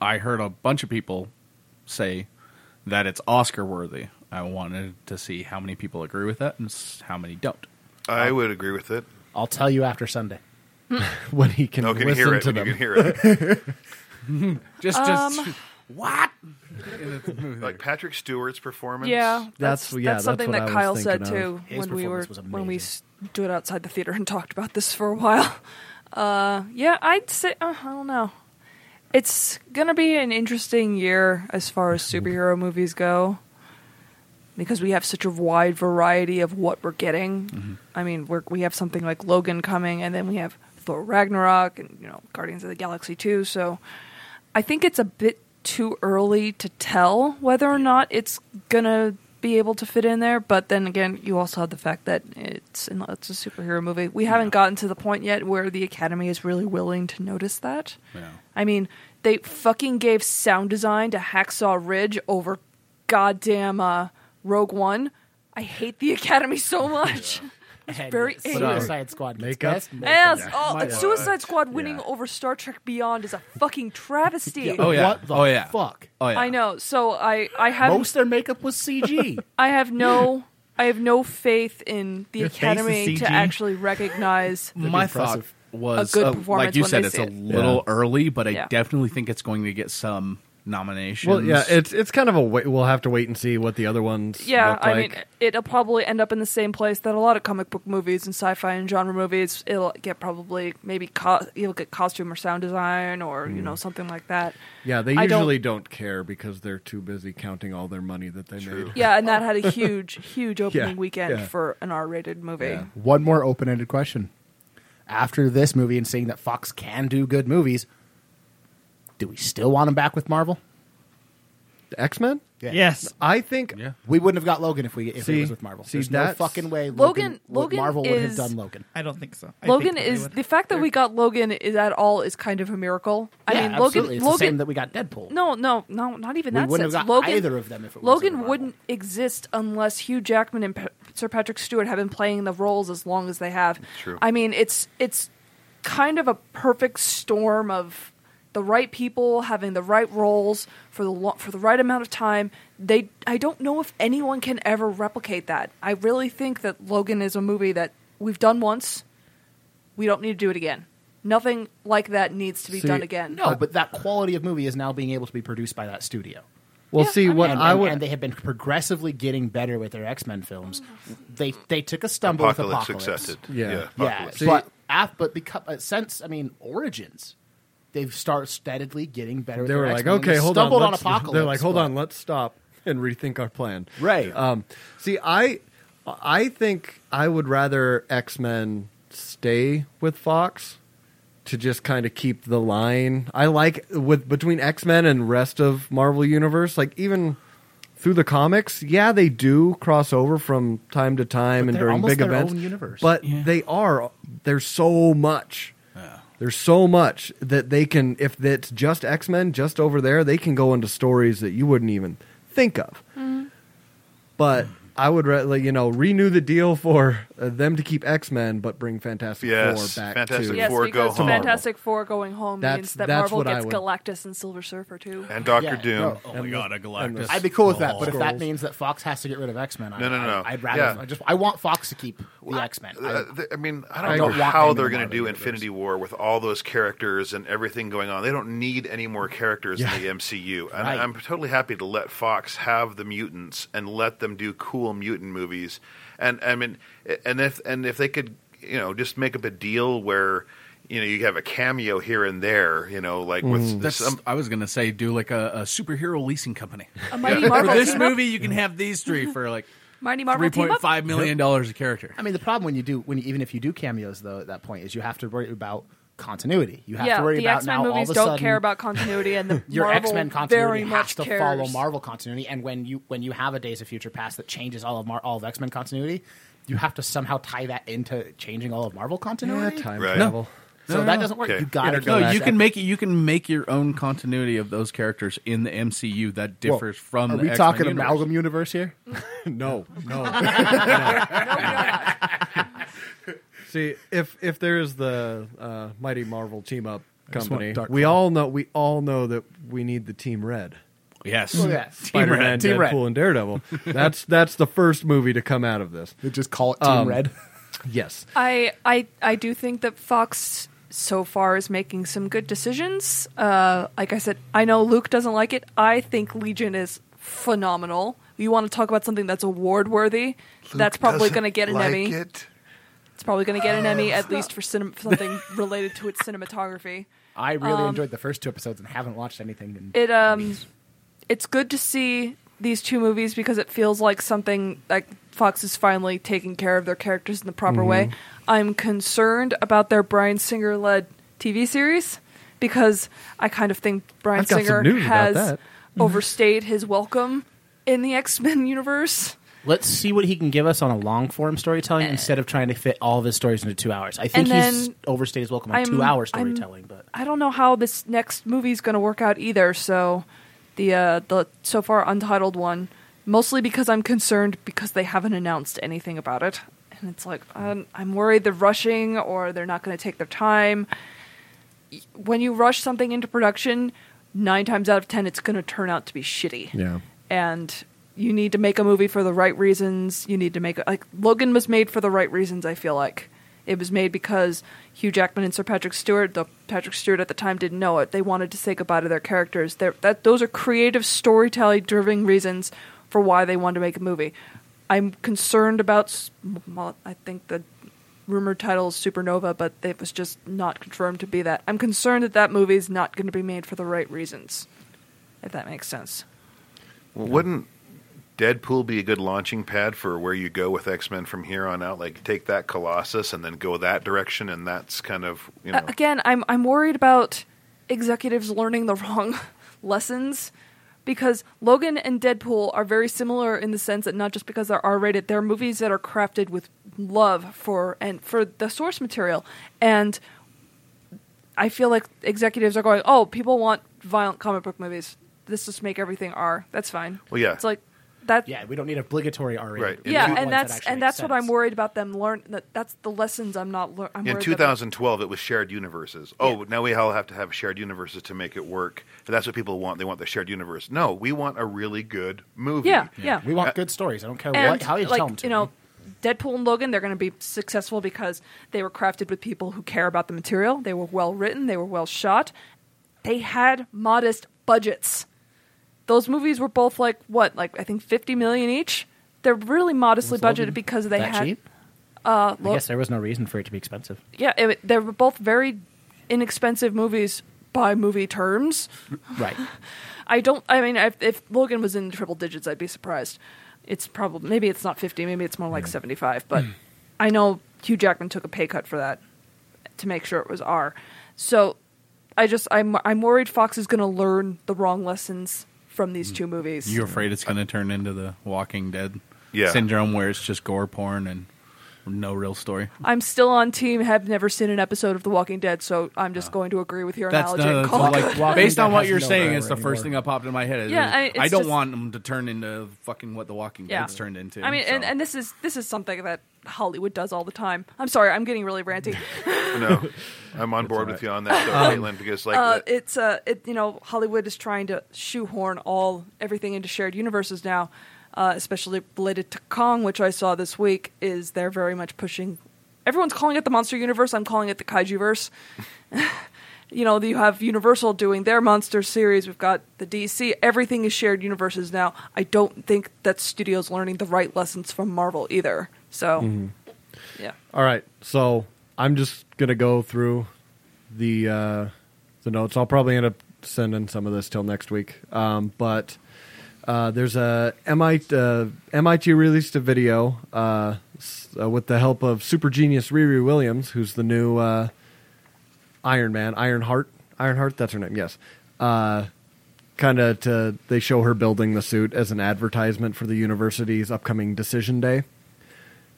I heard a bunch of people say that it's Oscar worthy. I wanted to see how many people agree with that and s- how many don't.
I would agree with it.
I'll tell you after Sunday.
when he can
No, can you
listen
hear it?
to
You
them
can hear it.
Just, just
Um,
what?
like Patrick Stewart's performance.
Yeah,
That's-
that's
yeah, that's
that's something
what I
that
was
Kyle said
thinking
too
of.
His
when we were
performance was
when we
amazing.
stood outside the theater and talked about this for a while. Uh, yeah, I'd say uh, I don't know. It's gonna be an interesting year as far as superhero movies go because we have such a wide variety of what we're getting. I mean, we're, we have something like Logan coming, and then we have Thor Ragnarok, and you know, Guardians of the Galaxy two. So, I think it's a bit too early to tell whether or not it's gonna be able to fit in there. But then again, you also have the fact that it's an, it's a superhero movie. We haven't gotten to the point yet where the Academy is really willing to notice that.
Yeah.
I mean, they fucking gave sound design to Hacksaw Ridge over goddamn uh, Rogue One. I hate the Academy so much. very
And Suicide Squad gets
Makeup.
best makeup.
Yes, oh, Suicide Squad winning over Star Trek Beyond is a fucking travesty.
Oh yeah.
What the
oh yeah.
fuck?
Oh yeah.
I know. So I, I have,
Most of their makeup was CG.
I have no, I have no faith in the
Your face is
Academy
CG?
to actually recognize.
My thought
impressive.
was
A good
uh,
performance
like you
when
said,
they
it's
see
a
it.
little early, but I
Yeah.
definitely think it's going to get some nominations.
Well, yeah, it's it's kind of a wait. We'll have to wait and see what the other ones.
Yeah,
look
I
like.
mean, it'll probably end up in the same place that a lot of comic book movies and sci-fi and genre movies. It'll get probably maybe co- you'll get costume or sound design or you know something like that.
yeah, they
I don't-
usually don't, care because they're too busy counting all their money that they made.
Yeah, and that had a huge, huge opening weekend
yeah.
for an R-rated movie.
Yeah.
One more open ended question. After this movie and seeing that Fox can do good movies, do we still want him back with Marvel?
X Men.
Yes.
I think.
Yeah.
We wouldn't have got Logan if we if
See-
it was with Marvel.
see,
There's no
that's-
fucking way
Logan-
Logan, Logan
Logan
Marvel would have
is-
done Logan.
I don't think so. I
Logan
think they
is
would.
the fact that we got Logan is at all is kind of a miracle. I
yeah,
mean,
absolutely.
Logan,
It's
Logan,
the same that we got Deadpool.
no, no, no, not even
We
that
wouldn't have
sense.
got
Logan,
either of them if it wasn't for
Logan
Marvel.
wouldn't exist unless Hugh Jackman and Pa- Sir Patrick Stewart have been playing the roles as long as they have.
True.
I mean, it's it's kind of a perfect storm of the right people having the right roles for the lo- for the right amount of time. They I don't know if anyone can ever replicate that. I really think that Logan is a movie that we've done once. We don't need to do it again. Nothing like that needs to be
See,
done again.
No, but that quality of movie is now being able to be produced by that studio.
Well,
Yeah,
see
I
what
and,
I
and-
would.
and they have been progressively getting better with their X Men films. They they took a stumble
Apocalypse
with Apocalypse.
accepted.
Yeah.
Yeah,
Apocalypse.
See-
but af- but because uh, since I mean Origins, they've start steadily getting better. with
they
their
were like,
X-Men, and
okay,
they
hold on.
stumbled on,
let's-
Apocalypse.
They're like, hold
but-
on, let's stop and rethink our plan.
Right.
Um, see, I, I think I would rather X Men stay with Fox to just kind of keep the line. I like with between X Men and rest of Marvel Universe, like even through the comics, yeah, they do cross over from time to time
But
and
they're
during
almost
big
their
events.
own universe.
But
Yeah.
they are there's so much. There's so much that they can if it's just X Men, just over there, they can go into stories that you wouldn't even think of. But I would, ra- like, you know, renew the deal for uh, them to keep X Men, but bring Fantastic
Yes,
Four back.
Fantastic
to,
Yes,
Four go
because
home.
Fantastic Four going home means
That's-
that
that's
Marvel
what I
gets
would-
Galactus and Silver Surfer too.
and Doctor
Yeah,
Doom.
no.
oh my god, a Galactus.
I'd be cool with that,
Oh.
but if that
Scrolls.
means that Fox has to get rid of X Men,
No, no, no.
I'd rather.
Yeah.
I just I want Fox to keep the X Men.
Uh, th- I mean, I don't
I
know
oh, don't want
how
them
they're
in the Marvel
going to do
universe.
Infinity War with all those characters and everything going on. They don't need any more characters in the MCU. And
Right.
I'm totally happy to let Fox have the mutants and let them do cool mutant movies. And I mean, and if and if they could, you know, just make up a deal where. You know, you have a cameo here and there. You know, like
Mm.
with
That's,
um,
some,
I was gonna say, do like a, a superhero leasing company.
A Mighty
Yeah.
For
Marvel
this
team up?
movie, you can have these three for like
Mighty
three
Marvel team
point
up?
five million dollars a character.
I mean, the problem when you do when you, even if you do cameos though at that point is you have to worry about continuity. You have
yeah,
to worry
the
about
X Men
now all
movies
of a
don't
sudden
care about continuity, and the
your
Marvel
X Men
very
continuity has
much
to
cares.
follow Marvel continuity. And when you when you have a Days of Future Past that changes all of Mar- all of X Men continuity, you have to somehow tie that into changing all of Marvel
Yeah,
continuity.
time
Right.
travel.
So that doesn't work.
Okay.
You got to
No, you can make it. You can make your own continuity of those characters in the MCU that differs from.
Are
the
we
X-Men
talking
universe.
amalgam universe here?
No, no. See, if if there is the uh, mighty Marvel team up
just want
company,
Dark
we
Cloud.
all know we all know that we need the Team Red,
Yes.
Oh,
Look at that.
Team
Spider Man,
Red.
Team
Deadpool,
Red.
and Daredevil. That's that's the first movie to come out of this.
They just call it Team
Um,
Red.
Yes,
I, I I do think that Fox so far is making some good decisions. Uh, like I said, I know Luke doesn't like it. I think Legion is phenomenal. You want to talk about something that's award worthy? That's probably going to get an Emmy.
It. Uh,
It's probably going to get an Emmy at least for cinem- something related to its cinematography.
I really enjoyed the first two episodes and haven't watched anything. In,
um, It um, it's good to see these two movies because it feels like something like Fox is finally taking care of their characters in the proper way.
Mm-hmm.
I'm concerned about their Brian Singer led TV series because I kind of think Brian
I've got some
Singer
news about
has
that.
overstayed his welcome in the X Men universe.
Let's see what he can give us on a long form storytelling instead of trying to fit all of his stories into two hours. I think
Eh. And
he's
then
overstayed his welcome
I'm-
on two hour
I'm-
storytelling, but
I don't know how this next movie's going to work out either. So the uh, the so far untitled one, mostly because I'm concerned because they haven't announced anything about it, and it's like um, I'm worried they're rushing or they're not going to take their time. Y- When you rush something into production, nine times out of ten, it's going to turn out to be shitty
yeah.
and you need to make a movie for the right reasons. You need to make like Logan was made for the right reasons. I feel like It was made because Hugh Jackman and Sir Patrick Stewart, though Patrick Stewart at the time didn't know it, they wanted to say goodbye to their characters. They're, that those are creative storytelling driven reasons for why they wanted to make a movie. I'm concerned about. s- well, I think the rumored title is Supernova, but it was just not confirmed to be that. I'm concerned that that movie is not going to be made for the right reasons, if that makes sense.
Well, wouldn't Deadpool be a good launching pad for where you go with X Men from here on out? Like take that Colossus and then go that direction, and that's kind of you know.
Uh, again, I'm I'm worried about executives learning the wrong lessons because Logan and Deadpool are very similar in the sense that not just because they're R-rated, they're movies that are crafted with love for and for the source material and I feel like executives are going, "Oh, people want violent comic book movies. Let's just make everything R. That's fine."
Well, yeah.
It's like that
Yeah, we don't need obligatory R rating.
Right.
We
yeah,
want ones
and
that
that's
actually
and
make
that's what I'm
sense.
worried about them learn. That that's the lessons I'm not learning.
in 2012, it was shared universes. Oh, now we all have to have shared universes to make it work. And that's what people want. They want the shared universe. No, we want a really good movie.
Yeah, yeah.
We want good stories. I don't care
and
what how you
like
tell them to.
you know, Deadpool and Logan, they're going to be successful because they were crafted with people who care about the material. They were well written. They were well shot. They had modest budgets. Those movies were both like what, like I think 50 million each. They're really modestly
Was Logan
budgeted because they
that
had
cheap?
uh,
I
Lo-
guess there was no reason for it to be expensive.
yeah, it, they were both very inexpensive movies by movie terms.
Right.
I don't. I mean, if, if Logan was in triple digits, I'd be surprised. It's probably maybe it's not fifty, maybe it's more like seventy-five. But I know Hugh Jackman took a pay cut for that to make sure it was R. So I just I'm I'm worried Fox is going to learn the wrong lessons from these two movies.
You're afraid it's going to turn into the Walking Dead
Yeah.
syndrome where it's just gore porn and no real story.
I'm still on team. Have never seen an episode of The Walking Dead, so I'm just going to agree with your
Oh. That's
analogy. and
no,
call it
like,
Walking
based
Dead
on what
has
you're
no
saying,
power
it's the first
anymore.
thing that popped in my head.
Yeah, I-
I,
it's
don't
just-
want them to turn into fucking what The Walking Dead's turned into.
I mean, and,
so.
and this is this is something that Hollywood does all the time. I'm sorry, I'm getting really ranty.
No, I'm on board with you on that, though, Caitlin, because like
uh,
the-
it's uh, it, you know Hollywood is trying to shoehorn all everything into shared universes now, uh, especially related to Kong, which I saw this week. Is they're very much pushing. Everyone's calling it the monster universe. I'm calling it the kaiju verse. you know, you have Universal doing their monster series. We've got the DC. Everything is shared universes now. I don't think that studios learning the right lessons from Marvel either. So, yeah.
All right, so I'm just gonna go through the uh, the notes. I'll probably end up sending some of this till next week. Um, but uh, there's a MIT, uh, MIT released a video uh, s- uh, with the help of super genius Riri Williams, who's the new uh, Iron Man, Iron Heart, Iron Heart. That's her name. Yes. Uh, kind of to they show her building the suit as an advertisement for the university's upcoming decision day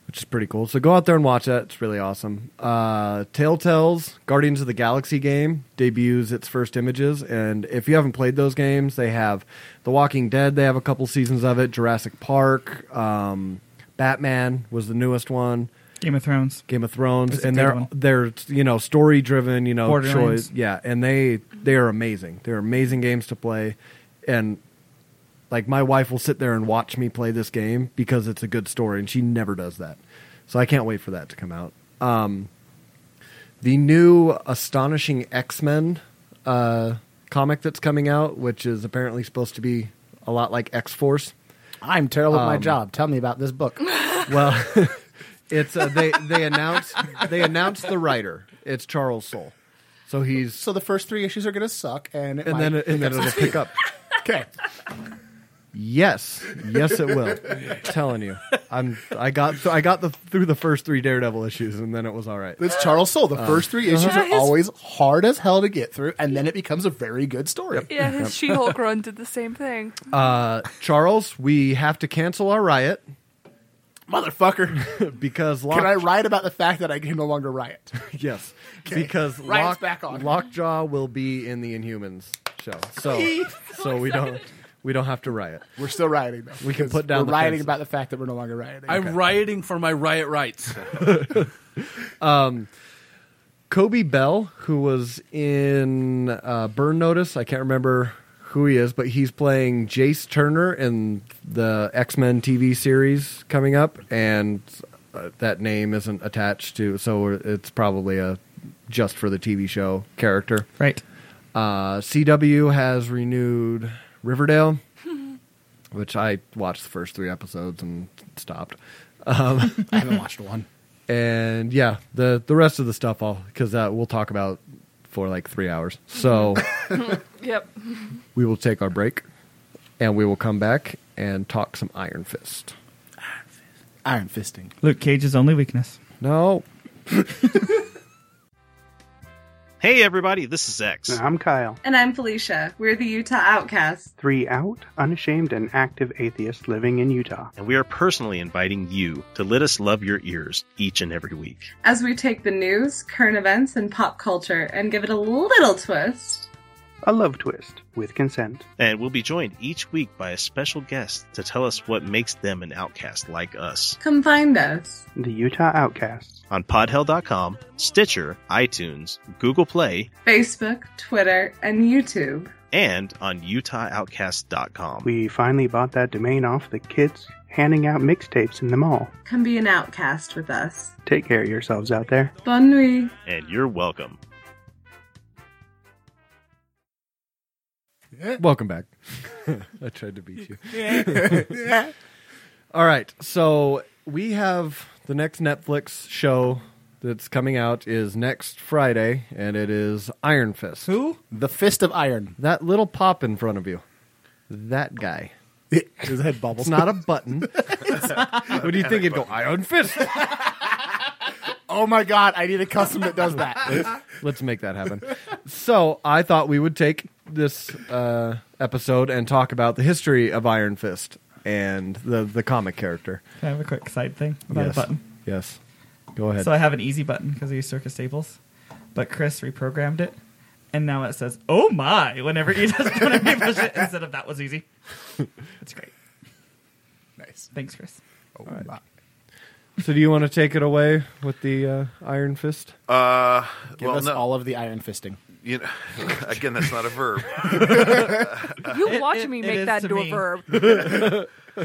which is pretty cool. So go out there and watch that. It's really awesome. Uh, Telltale's Guardians of the Galaxy game debuts its first images. And if you haven't played those games, they have The Walking Dead, they have a couple seasons of it, Jurassic Park, um, Batman was the newest one.
Game of Thrones.
Game of Thrones,
It's a
and
good
they're
one.
they're you know story driven, you know
Borderlands.
choice, yeah, and they they are amazing. They're amazing games to play, and like my wife will sit there and watch me play this game because it's a good story, and she never does that. So I can't wait for that to come out. Um, the new astonishing X Men uh, comic that's coming out, which is apparently supposed to be a lot like X Force.
I'm terrible
Um,
at my job. Tell me about this book.
Well, it's uh, they they announced they announced the writer. It's Charles Soule, so he's
so the first three issues are going to suck, and it
and
might
then
pick
and then
up
it'll
some
pick up.
Okay.
Yes, yes, it will. I'm telling you, I'm I got I got the through the first three Daredevil issues, and then it was all right.
It's Charles Soule.
Uh,
The first three issues
Yeah,
are
his-
always hard as hell to get through, and then it becomes a very good story.
Yeah, his She-Hulk run did the same thing.
Uh, Charles, we have to cancel our riot
Motherfucker.
because Lock,
Can I write about the fact that I can no longer riot?
yes, because
Riot's
Lock,
back on.
Lockjaw will be in the Inhumans show, so so we don't we don't have to riot.
We're still rioting, though.
We can
because
put down
We're
the
rioting
fences.
about the fact that we're no longer rioting.
I'm rioting for my riot rights.
Kobe Bell, who was in uh, Burn Notice, I can't remember who he is, but he's playing Jace Turner in the X Men TV series coming up, and uh, that name isn't attached to, so it's probably a just for the TV show character.
Right.
Uh, CW has renewed Riverdale, which I watched the first three episodes and stopped. Um,
I haven't watched one.
And yeah, the the rest of the stuff I'll because that we'll talk about for like three hours. So
Mm-hmm.
Yep.
we will take our break, and we will come back and talk some Iron Fist.
Iron fisting.
Luke Cage's only weakness.
No,
Hey everybody, this is X.
I'm Kyle,
And I'm Felicia. We're the Utah Outcasts.
three out, unashamed, and active atheist living in Utah.
and we are personally inviting you to let us love your ears each and every week.
As we take the news, current events, and pop culture and give it a little twist.
A love twist with consent.
And we'll be joined each week by a special guest to tell us what makes them an outcast like us
Come find us.
The Utah Outcasts.
on podhell.com, Stitcher, iTunes, Google Play,
Facebook, Twitter, and YouTube.
and on utahoutcast.com.
We finally bought that domain off the kids handing out mixtapes in the mall.
Come be an outcast with us.
Take care of yourselves out there.
Bonne nuit.
And you're welcome.
Welcome back. I tried to beat you. All right. So we have the next Netflix show that's coming out is next Friday, and it is Iron Fist.
Who? The fist of iron.
That little pop in front of you. That guy.
His head bubbles.
It's not a button. what do you think? It'd go Iron Fist.
Oh my god! I need a custom that does that.
Let's make that happen. So I thought we would take this uh, episode and talk about the history of Iron Fist and the the comic character.
Can I have a quick side thing about
yes.
a button?
Yes. Go ahead.
So I have an easy button because I use Circus Staples, but Chris reprogrammed it, and now it says "Oh my" whenever he does whenever he pushes it instead of "That was easy." That's great.
nice.
Thanks, Chris.
Oh, my.
So do you want to take it away with the uh, Iron Fist?
Uh,
Give
well,
us
no,
all of the iron fisting.
you know, again, that's not a verb.
You watch
Uh, it-
me
it
make
is
that
to
into a
me.
verb.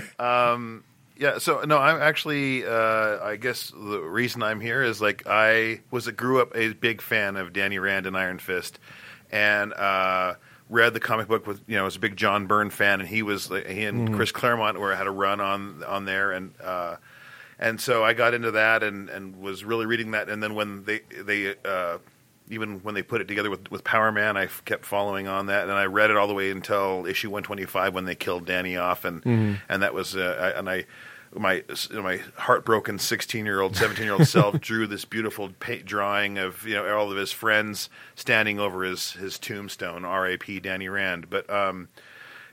Yeah, so no, I'm actually. Uh, I guess the reason I'm here is like I was a, grew up a big fan of Danny Rand and Iron Fist, and uh, read the comic book with you know I was a big John Byrne fan, and he was like, he and Chris Claremont were had a run on on there, and uh, and so I got into that and and was really reading that, and then when they they uh, even when they put it together with with Power Man, I f- kept following on that, and I read it all the way until issue 125 when they killed Danny off, and and that was uh, I, and I my my heartbroken 16 year old 17 year old self drew this beautiful pa drawing of you know all of his friends standing over his his tombstone rap danny rand but um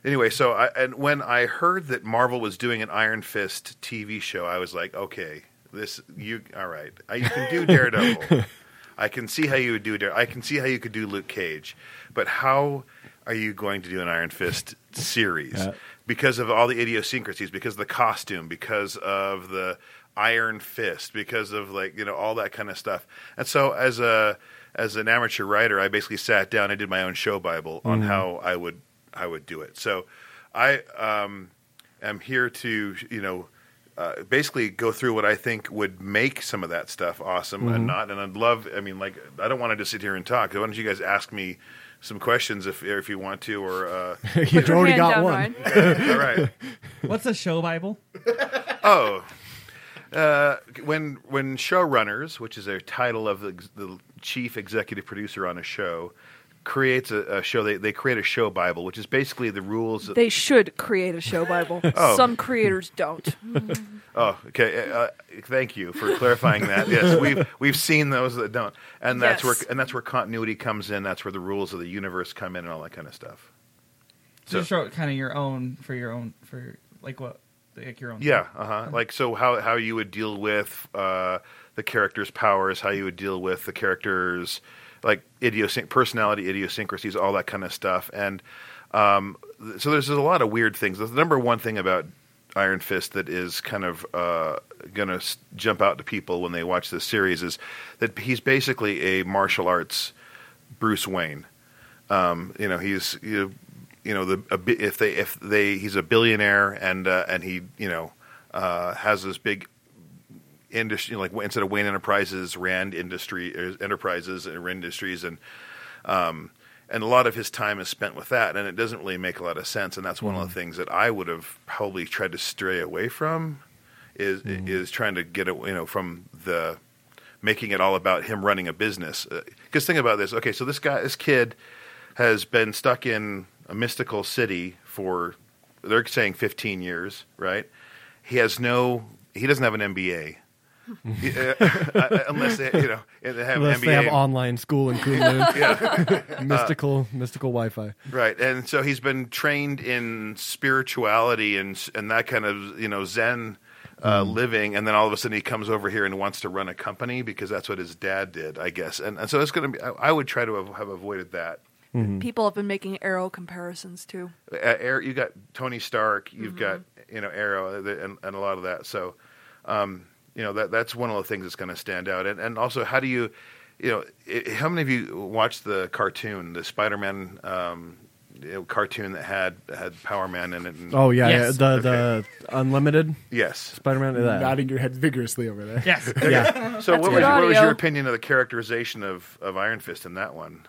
anyway so i and when i heard that marvel was doing an iron fist tv show i was like okay this you all right I, you can do daredevil i can see how you would do Dare. i can see how you could do luke cage but how are you going to do an iron fist series because of all the idiosyncrasies, because of the costume, because of the iron fist, because of like you know all that kind of stuff. And so as a as an amateur writer, I basically sat down and did my own show bible on how I would I would do it. So I um, am here to you know. Uh, basically, go through what I think would make some of that stuff awesome and not. And I'd love, I mean, like, I don't want to just sit here and talk. Why don't you guys ask me some questions if if you want to, or uh,
You've
Your
already
hand
got
down,
one.
Ryan.
all right.
What's a show Bible?
Oh. Uh, when when showrunners, which is a title of the, the chief executive producer on a show, creates a, a show, they, they create a show bible, which is basically the rules. That,
They should create a show Bible.
Oh.
Some creators don't.
oh, okay. Uh, thank you for clarifying that. Yes, we've we've seen those that don't, and that's
Yes.
where and that's where continuity comes in. That's where the rules of the universe come in, and all that kind of stuff.
So,
So-
you wrote kind of your own for your own for like what like your own.
Yeah, uh huh. Like so, how how you would deal with uh, the character's powers, how you would deal with the character's like idiosync personality idiosyncrasies, all that kind of stuff, and um, th- so there's, there's a lot of weird things. The number one thing about Iron Fist that is kind of uh, going to s- jump out to people when they watch this series is that he's basically a martial arts Bruce Wayne you know he's you, you know the a, bi- if they if they he's a billionaire and uh, and he you know uh, has this big industry, like instead of Wayne Enterprises, Rand Industry er, Enterprises and Rand Industries, and um, and a lot of his time is spent with that, and it doesn't really make a lot of sense. And that's one
Mm.
of the things that I would have probably tried to stray away from is
Mm.
is trying to get it, you know, from the making it all about him running a business. Because think about this. Okay, so this guy, this kid, has been stuck in a mystical city for they're saying 15 years, right? He has no, he doesn't have an MBA. He- uh, unless they, you know, they have
Unless
an MBA.
they have online school in Kunlun. mystical, mystical Wi-Fi.
Right, and so he's been trained in spirituality and and that kind of you know Zen uh, living, and then all of a sudden he comes over here and wants to run a company because that's what his dad did, I guess. And, and so it's going to be. I, I would try to have, have avoided that.
People have been making arrow comparisons too.
Uh, Air, you got Tony Stark, you've got you know Arrow, uh, and, and a lot of that. So, um, you know that that's one of the things that's going to stand out. And and also, how do you, you know, i how many of you watched the cartoon, the Spider-Man um, you know, cartoon that had had Power Man in it? And,
Oh yeah,
Yes.
yeah, the the unlimited
yes.
Spider-Man. That.
Nodding your head vigorously over there.
Yes.
yeah,
So what was,
good
what was your
audio.
opinion of the characterization of, of Iron Fist in that one?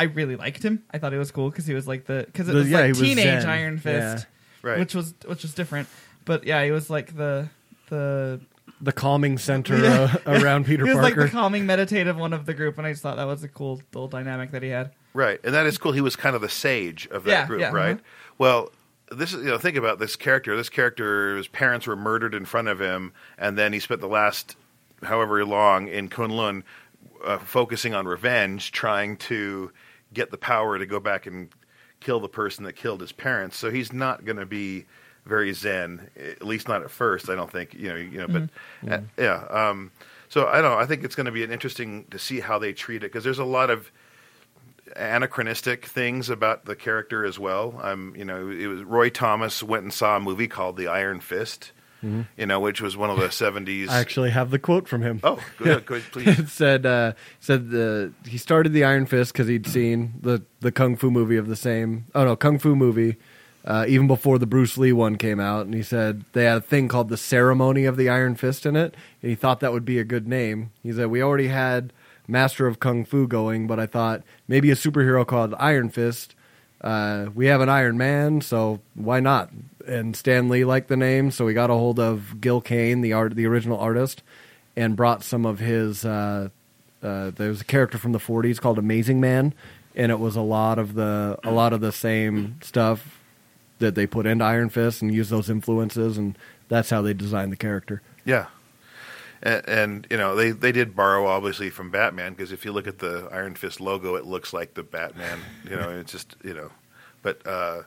I really liked him. I thought it was cool because he was like the because it
The-
was
yeah, he
like
was
teenage
zen.
Iron Fist,
Yeah. Right.
Which was which was different. But yeah, he was like the the
the calming center uh, around Peter
e- he was like
Parker.
the calming, meditative one of the group, and I just thought that was a cool little dynamic that he had.
Right, and that is cool. He was kind of the sage of that
Yeah,
group,
yeah,
right?
mhm.
Well, this is you know think about this character. This character's parents were murdered in front of him, and then he spent the last however long in Kunlun uh, focusing on revenge, trying to get the power to go back and kill the person that killed his parents. So he's not going to be very zen, at least not at first. I don't think you know. You know, but
Mm-hmm.
uh, yeah. Um, so I don't. know. I think it's going to be an interesting to see how they treat it because there's a lot of anachronistic things about the character as well. Um, you know, it was Roy Thomas went and saw a movie called The Iron Fist, you know, which was one of the seventies.
Mm-hmm. I actually have the quote from him.
oh, good, good, please.
it said uh, said the he started the Iron Fist because he'd seen the the kung fu movie of the same. Oh no, kung fu movie. Uh, even before the Bruce Lee one came out, and he said they had a thing called the Ceremony of the Iron Fist in it, and he thought that would be a good name. He said we already had Master of Kung Fu going, but I thought maybe a superhero called Iron Fist. Uh, we have an Iron Man, so why not? And Stan Lee liked the name, so we got a hold of Gil Kane, the art, the original artist, and brought some of his. Uh, uh, there was a character from the '40s called Amazing Man, and it was a lot of the a lot of the same stuff that they put into Iron Fist and used those influences, and that's how they designed the character.
yeah. And, and you know they, they did borrow obviously from Batman because if you look at the Iron Fist logo, it looks like the Batman. You know, it's just you know, but uh,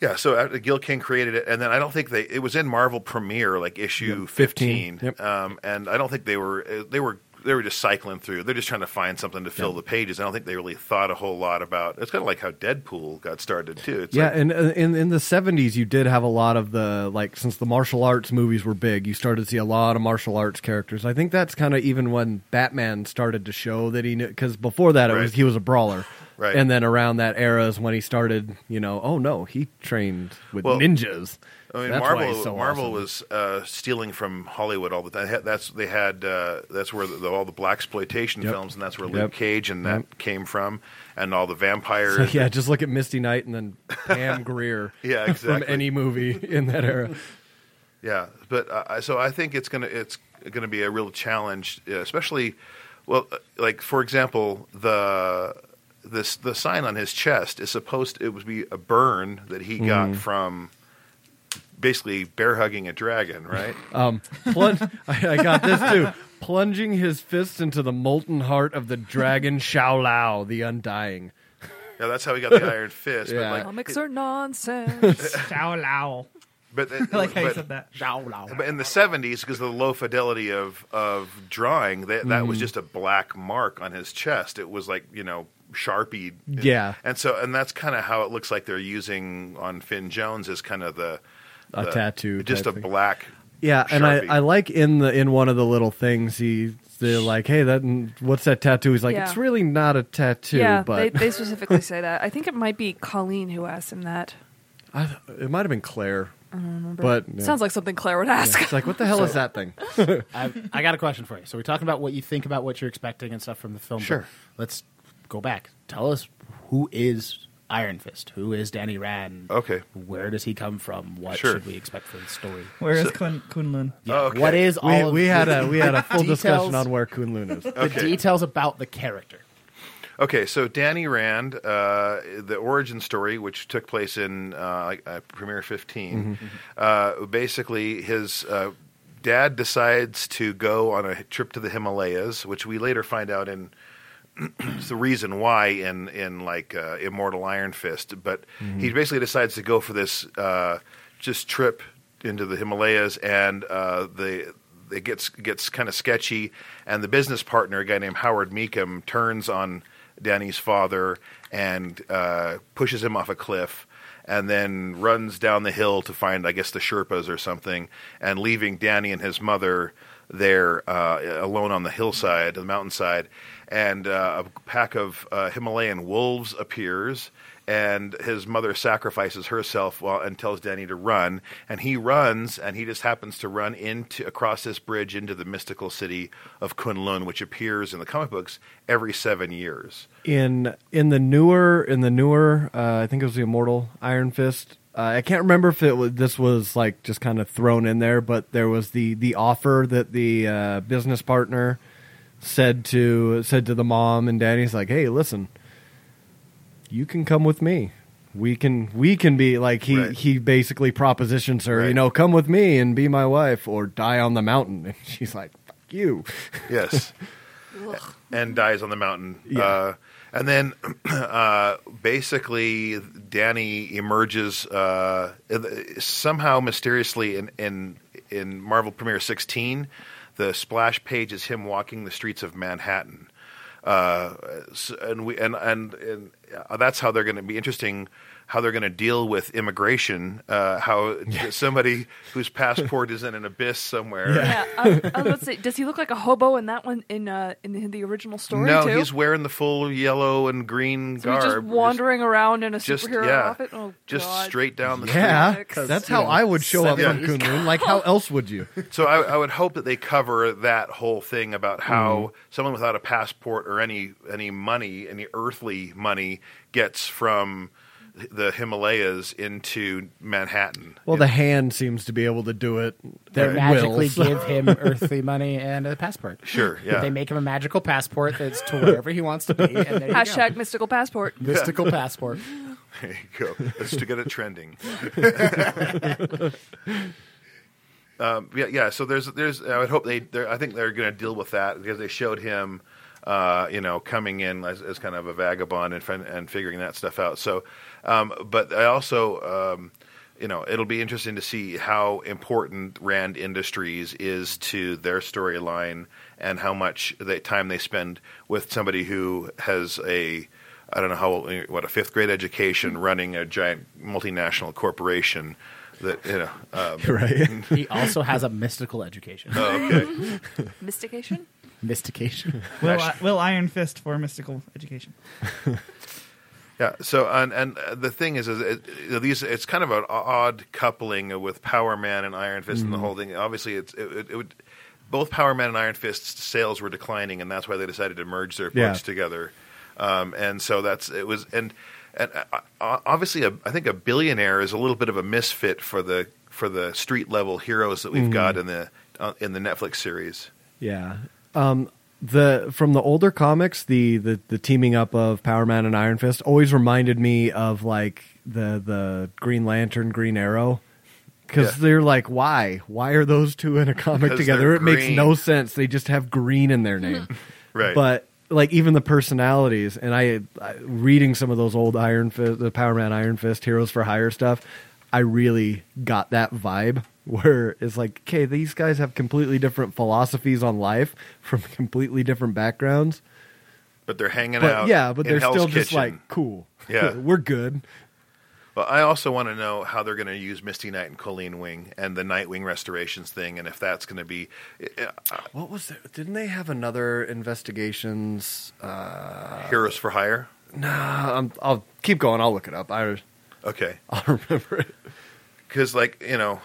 yeah. So uh, Gil King created it, and then I don't think they it was in Marvel Premiere like issue
Yep, 15,
fifteen,
yep.
um, and I don't think they were uh, they were they were just cycling through. They're just trying to find something to fill the pages. I don't think they really thought a whole lot about. It's kind of like how Deadpool got started too. It's
yeah,
like-
and uh, in in the '70s, you did have a lot of the like since the martial arts movies were big, you started to see a lot of martial arts characters. I think that's kind of even when Batman started to show that he knew because before that it
Right.
was he was a brawler,
Right.
And then around that era is when he started, you know, oh no, he trained with
Well,
ninjas.
I mean,
That's why
Marvel.
he's so
Marvel
awesome.
was uh, stealing from Hollywood all the time. They had- That's they had. Uh, that's where the, the, all the black exploitation
Yep.
films, and that's where
Yep.
Luke Cage and that came from, and all the
So,
vampires.
yeah, just look at Misty Knight and then Pam Greer.
Yeah,
From
exactly.
any movie in that era.
Yeah, but uh, I- so I think it's gonna it's gonna be a real challenge, uh, especially, well, uh, like for example, the this the sign on his chest is supposed it would be a burn that he
Mm-hmm.
got from basically bear hugging a dragon, right?
Um, plun- I, I got this too. Plunging his fist into the molten heart of the dragon Xiao Lao, the Undying.
yeah, that's how he got the iron fist.
Yeah.
But like,
Comics are nonsense.
Xiao Lao.
but uh,
I like how you
but-
said that.
Zhao Lao.
But in the seventies, because of the low fidelity of of drawing, that that
Mm.
was just a black mark on his chest. It was like you know sharpie.
Yeah.
and so and that's kind of how it looks like they're using on Finn Jones as kind of the,
A
the-
tattoo
just
type
a
thing.
black.
Yeah, and I,
Sharpie.
I like in the in one of the little things he they're like, hey, that what's that tattoo? He's like,
Yeah.
it's really not a tattoo,
yeah, they,
but
they specifically say that. I think it might be Colleen who asked him that.
I, it might have been Claire. But
Sounds like something Claire would ask.
it's like, what the hell is that thing?
I, I got a question for you. So we're talking about what you think about what you're expecting and stuff from the film. but
Sure.
Let's go back. Tell us who is Iron Fist? Who is Danny Rand?
Okay.
Where does he come from? What
Sure.
should we expect for the story?
Where is Kun Kunlun?
Yeah,
okay.
What is all
We,
of
we
the-
had a we had a full discussion
Details.
on where Kunlun is.
the details about the character?
Okay, so Danny Rand, uh, the origin story, which took place in uh, like, uh, Premiere 15,
Mm-hmm.
uh, basically his uh, dad decides to go on a trip to the Himalayas, which we later find out in it's the reason why in in like uh, Immortal Iron Fist, but he basically decides to go for this uh, just trip into the Himalayas, and uh, the it gets gets kind of sketchy, and the business partner, a guy named Howard Meekum, turns on Danny's father and uh, pushes him off a cliff. And then runs down the hill to find, I guess, the Sherpas or something, and leaving Danny and his mother there uh, alone on the hillside, the mountainside, and uh, a pack of uh, Himalayan wolves appears. And his mother sacrifices herself while, and tells Danny to run, and he runs, and he just happens to run into across this bridge into the mystical city of Kunlun, which appears in the comic books every seven years.
in in the newer in the newer uh, I think it was the Immortal Iron Fist. Uh, I can't remember if it was, this was like just kind of thrown in there, but there was the the offer that the uh, business partner said to said to the mom and Danny's like, "Hey, listen, you can come with me. We can we can be like he
Right.
he basically propositions her, you
Right.
know, come with me and be my wife or die on the mountain." And she's like, "Fuck you."
Yes. and dies on the mountain. Uh, and then uh, basically, Danny emerges uh, somehow mysteriously in, in, in Marvel Premiere 16. The splash page is him walking the streets of Manhattan. Uh, s- and we and and, and uh, that's how they're going to be interesting. How they're going to deal with immigration? Uh, how somebody whose passport is in an abyss somewhere?
Yeah, I, I was say, does he look like a hobo in that one in uh, in, the, in the original story
no,
too?
he's wearing the full yellow and green
So he's
garb.
just wandering around in a
just,
superhero
yeah,
outfit. Oh,
just
God.
straight down the
Yeah,
Because,
that's
you
how
know,
I would show up from
seven-
Kunlun. Like, how else would you?
street. So I, I would hope that they cover that whole thing about how someone without a passport or any any money, any earthly money, gets from the Himalayas into Manhattan.
Well, the hand seems to be able to do it.
They
at
magically
will, so-
give him earthly money and a passport.
Sure, yeah.
They make him a magical passport that's to wherever he wants to be. And there you
Hashtag
go.
mystical passport.
mystical passport.
There you go. Let's to get it trending. um, yeah, yeah. So there's, there's. I would hope they. they're- I think they're going to deal with that because they showed him, uh, you know, coming in as, as kind of a vagabond and fin- and figuring that stuff out. So, um, but I also. Um, you know, it'll be interesting to see how important Rand Industries is to their storyline and how much the time they spend with somebody who has a I don't know how old- what a fifth grade education running a giant multinational corporation that you know um,
right.
He also has a mystical education.
Oh.
Mystication?
Mystication.
Will, I, Will Iron Fist for mystical education.
Yeah. So and and uh, the thing is, is it, it- these it's kind of an o- odd coupling with Power Man and Iron Fist
Mm.
and the whole thing. Obviously, it's it, it, it would both Power Man and Iron Fist's sales were declining, and that's why they decided to merge their
Yeah.
books together. Um, and so that's it was and and uh, uh, obviously a, I think a billionaire is a little bit of a misfit for the for the street level heroes that we've
Mm.
got in the uh, in the Netflix series.
Yeah. Um, the from the older comics, the, the the teaming up of Power Man and Iron Fist always reminded me of like the the Green Lantern, Green Arrow. Because
Yeah.
they're like, why? Why are those two in a comic
'Cause
together?
they're
It makes
green.
no sense. They just have green in their name.
Right.
But like even the personalities, and I, I reading some of those old Iron Fist, the Power Man, Iron Fist, Heroes for Hire stuff, I really got that vibe where it's like, okay, these guys have completely different philosophies on life from completely different backgrounds.
But they're hanging
But
out.
yeah, but
in
they're
Hell's
still just
Kitchen.
like cool.
Yeah.
we're good.
Well, I also want to know how they're going to use Misty Knight and Colleen Wing and the Nightwing restorations thing, and if that's going to be. eh,
What was it? Didn't they have another investigations? Um, Uh,
Heroes for Hire.
I'm, I'll keep going. I'll look it up. I
Okay,
I'll remember it.
because like you know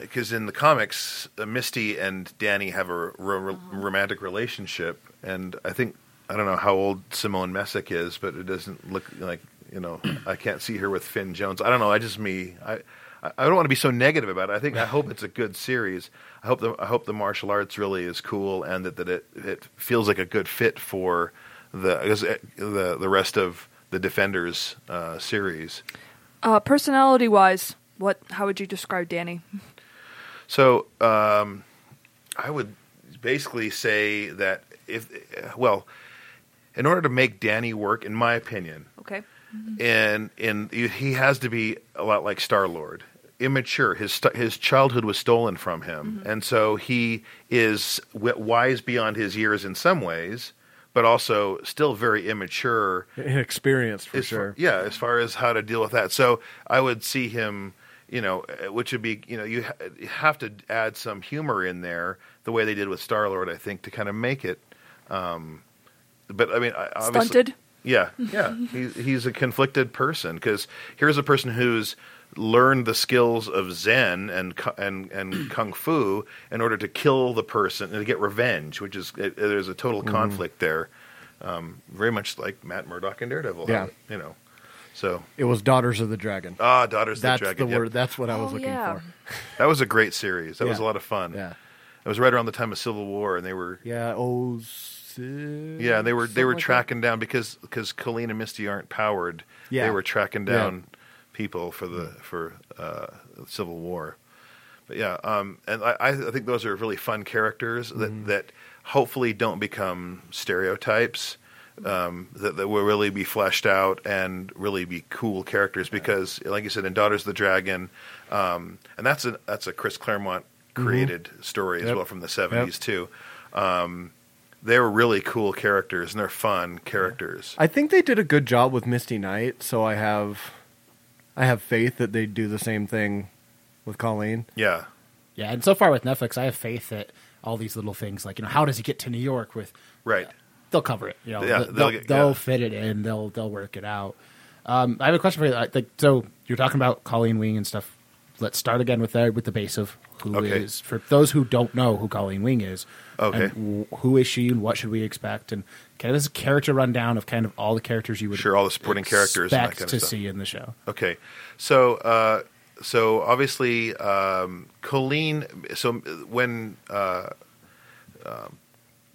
because in the comics uh, misty and danny have a ro- ro- romantic relationship and i think i don't know how old simone messick is but it doesn't look like you know i can't see her with finn jones i don't know i just me i I- I don't want to be so negative about it. I think I hope it's a good series. I hope the I hope the martial arts really is cool and that, that it it feels like a good fit for the 'cause, uh, the the rest of the Defenders uh, series.
Uh, personality wise, what? How would you describe Danny?
So um, I would basically say that if well, in order to make Danny work, in my opinion,
Okay.
and and he has to be a lot like Star Lord, immature. His st- his childhood was stolen from him, and so he is w- wise beyond his years in some ways, but also still very immature.
Inexperienced for
as far-
sure.
yeah, as far as how to deal with that. So I would see him, you know, uh, which would be, you know, you, ha- you have to add some humor in there, the way they did with Star Lord, I think, to kind of make it. Um, but I mean, I, obviously,
Stunted?
Yeah, yeah, he's he's a conflicted person because here's a person who's learned the skills of Zen and cu- and and kung fu in order to kill the person and to get revenge, which is it, there's a total
Mm-hmm.
conflict there. Um, very much like Matt Murdock and Daredevil.
Yeah.
you know. So
It was Daughters of the Dragon.
ah, Daughters of
That's
the
the,
Dragon. yep.
word. That's what I was
Oh,
looking
yeah.
for.
That was a great series. That was a
Yeah.
lot of fun.
Yeah.
It was right around the time of Civil War, and they were
Yeah. Oh. si-
yeah they were they
something
were
like that.
tracking down because because Colleen and Misty aren't powered.
Yeah.
they were tracking
Yeah.
down people for the for uh, Civil War. But yeah, um, and I, I think those are really fun characters that
Mm-hmm.
that hopefully don't become stereotypes. Um, that, that will really be fleshed out and really be cool characters because, like you said, in Daughters of the Dragon, um, and that's a that's a Chris Claremont created story as
Mm-hmm. Yep.
well from the seventies too. Um, they're really cool characters and they're fun characters.
I think they did a good job with Misty Knight, so I have, I have faith that they do the same thing with Colleen.
Yeah,
Yeah, and so far with Netflix, I have faith that all these little things, like you know, how does he get to New York? With
right.
they'll cover it. You know,
Yeah,
they'll
they'll
they'll,
get-
they'll
yeah.
fit it in. They'll they'll work it out. Um, I have a question for you. I think so. You're talking about Colleen Wing and stuff. Let's start again with there with the base of who is
Okay.
for those who don't know who Colleen Wing is.
Okay.
and wh- who is she and what should we expect? And kind of this character rundown of kind of all the characters you would
Sure, all the supporting characters and that
expect
kind
to
of stuff.
see in the show.
Okay, so uh, so obviously um, Colleen. So when uh, um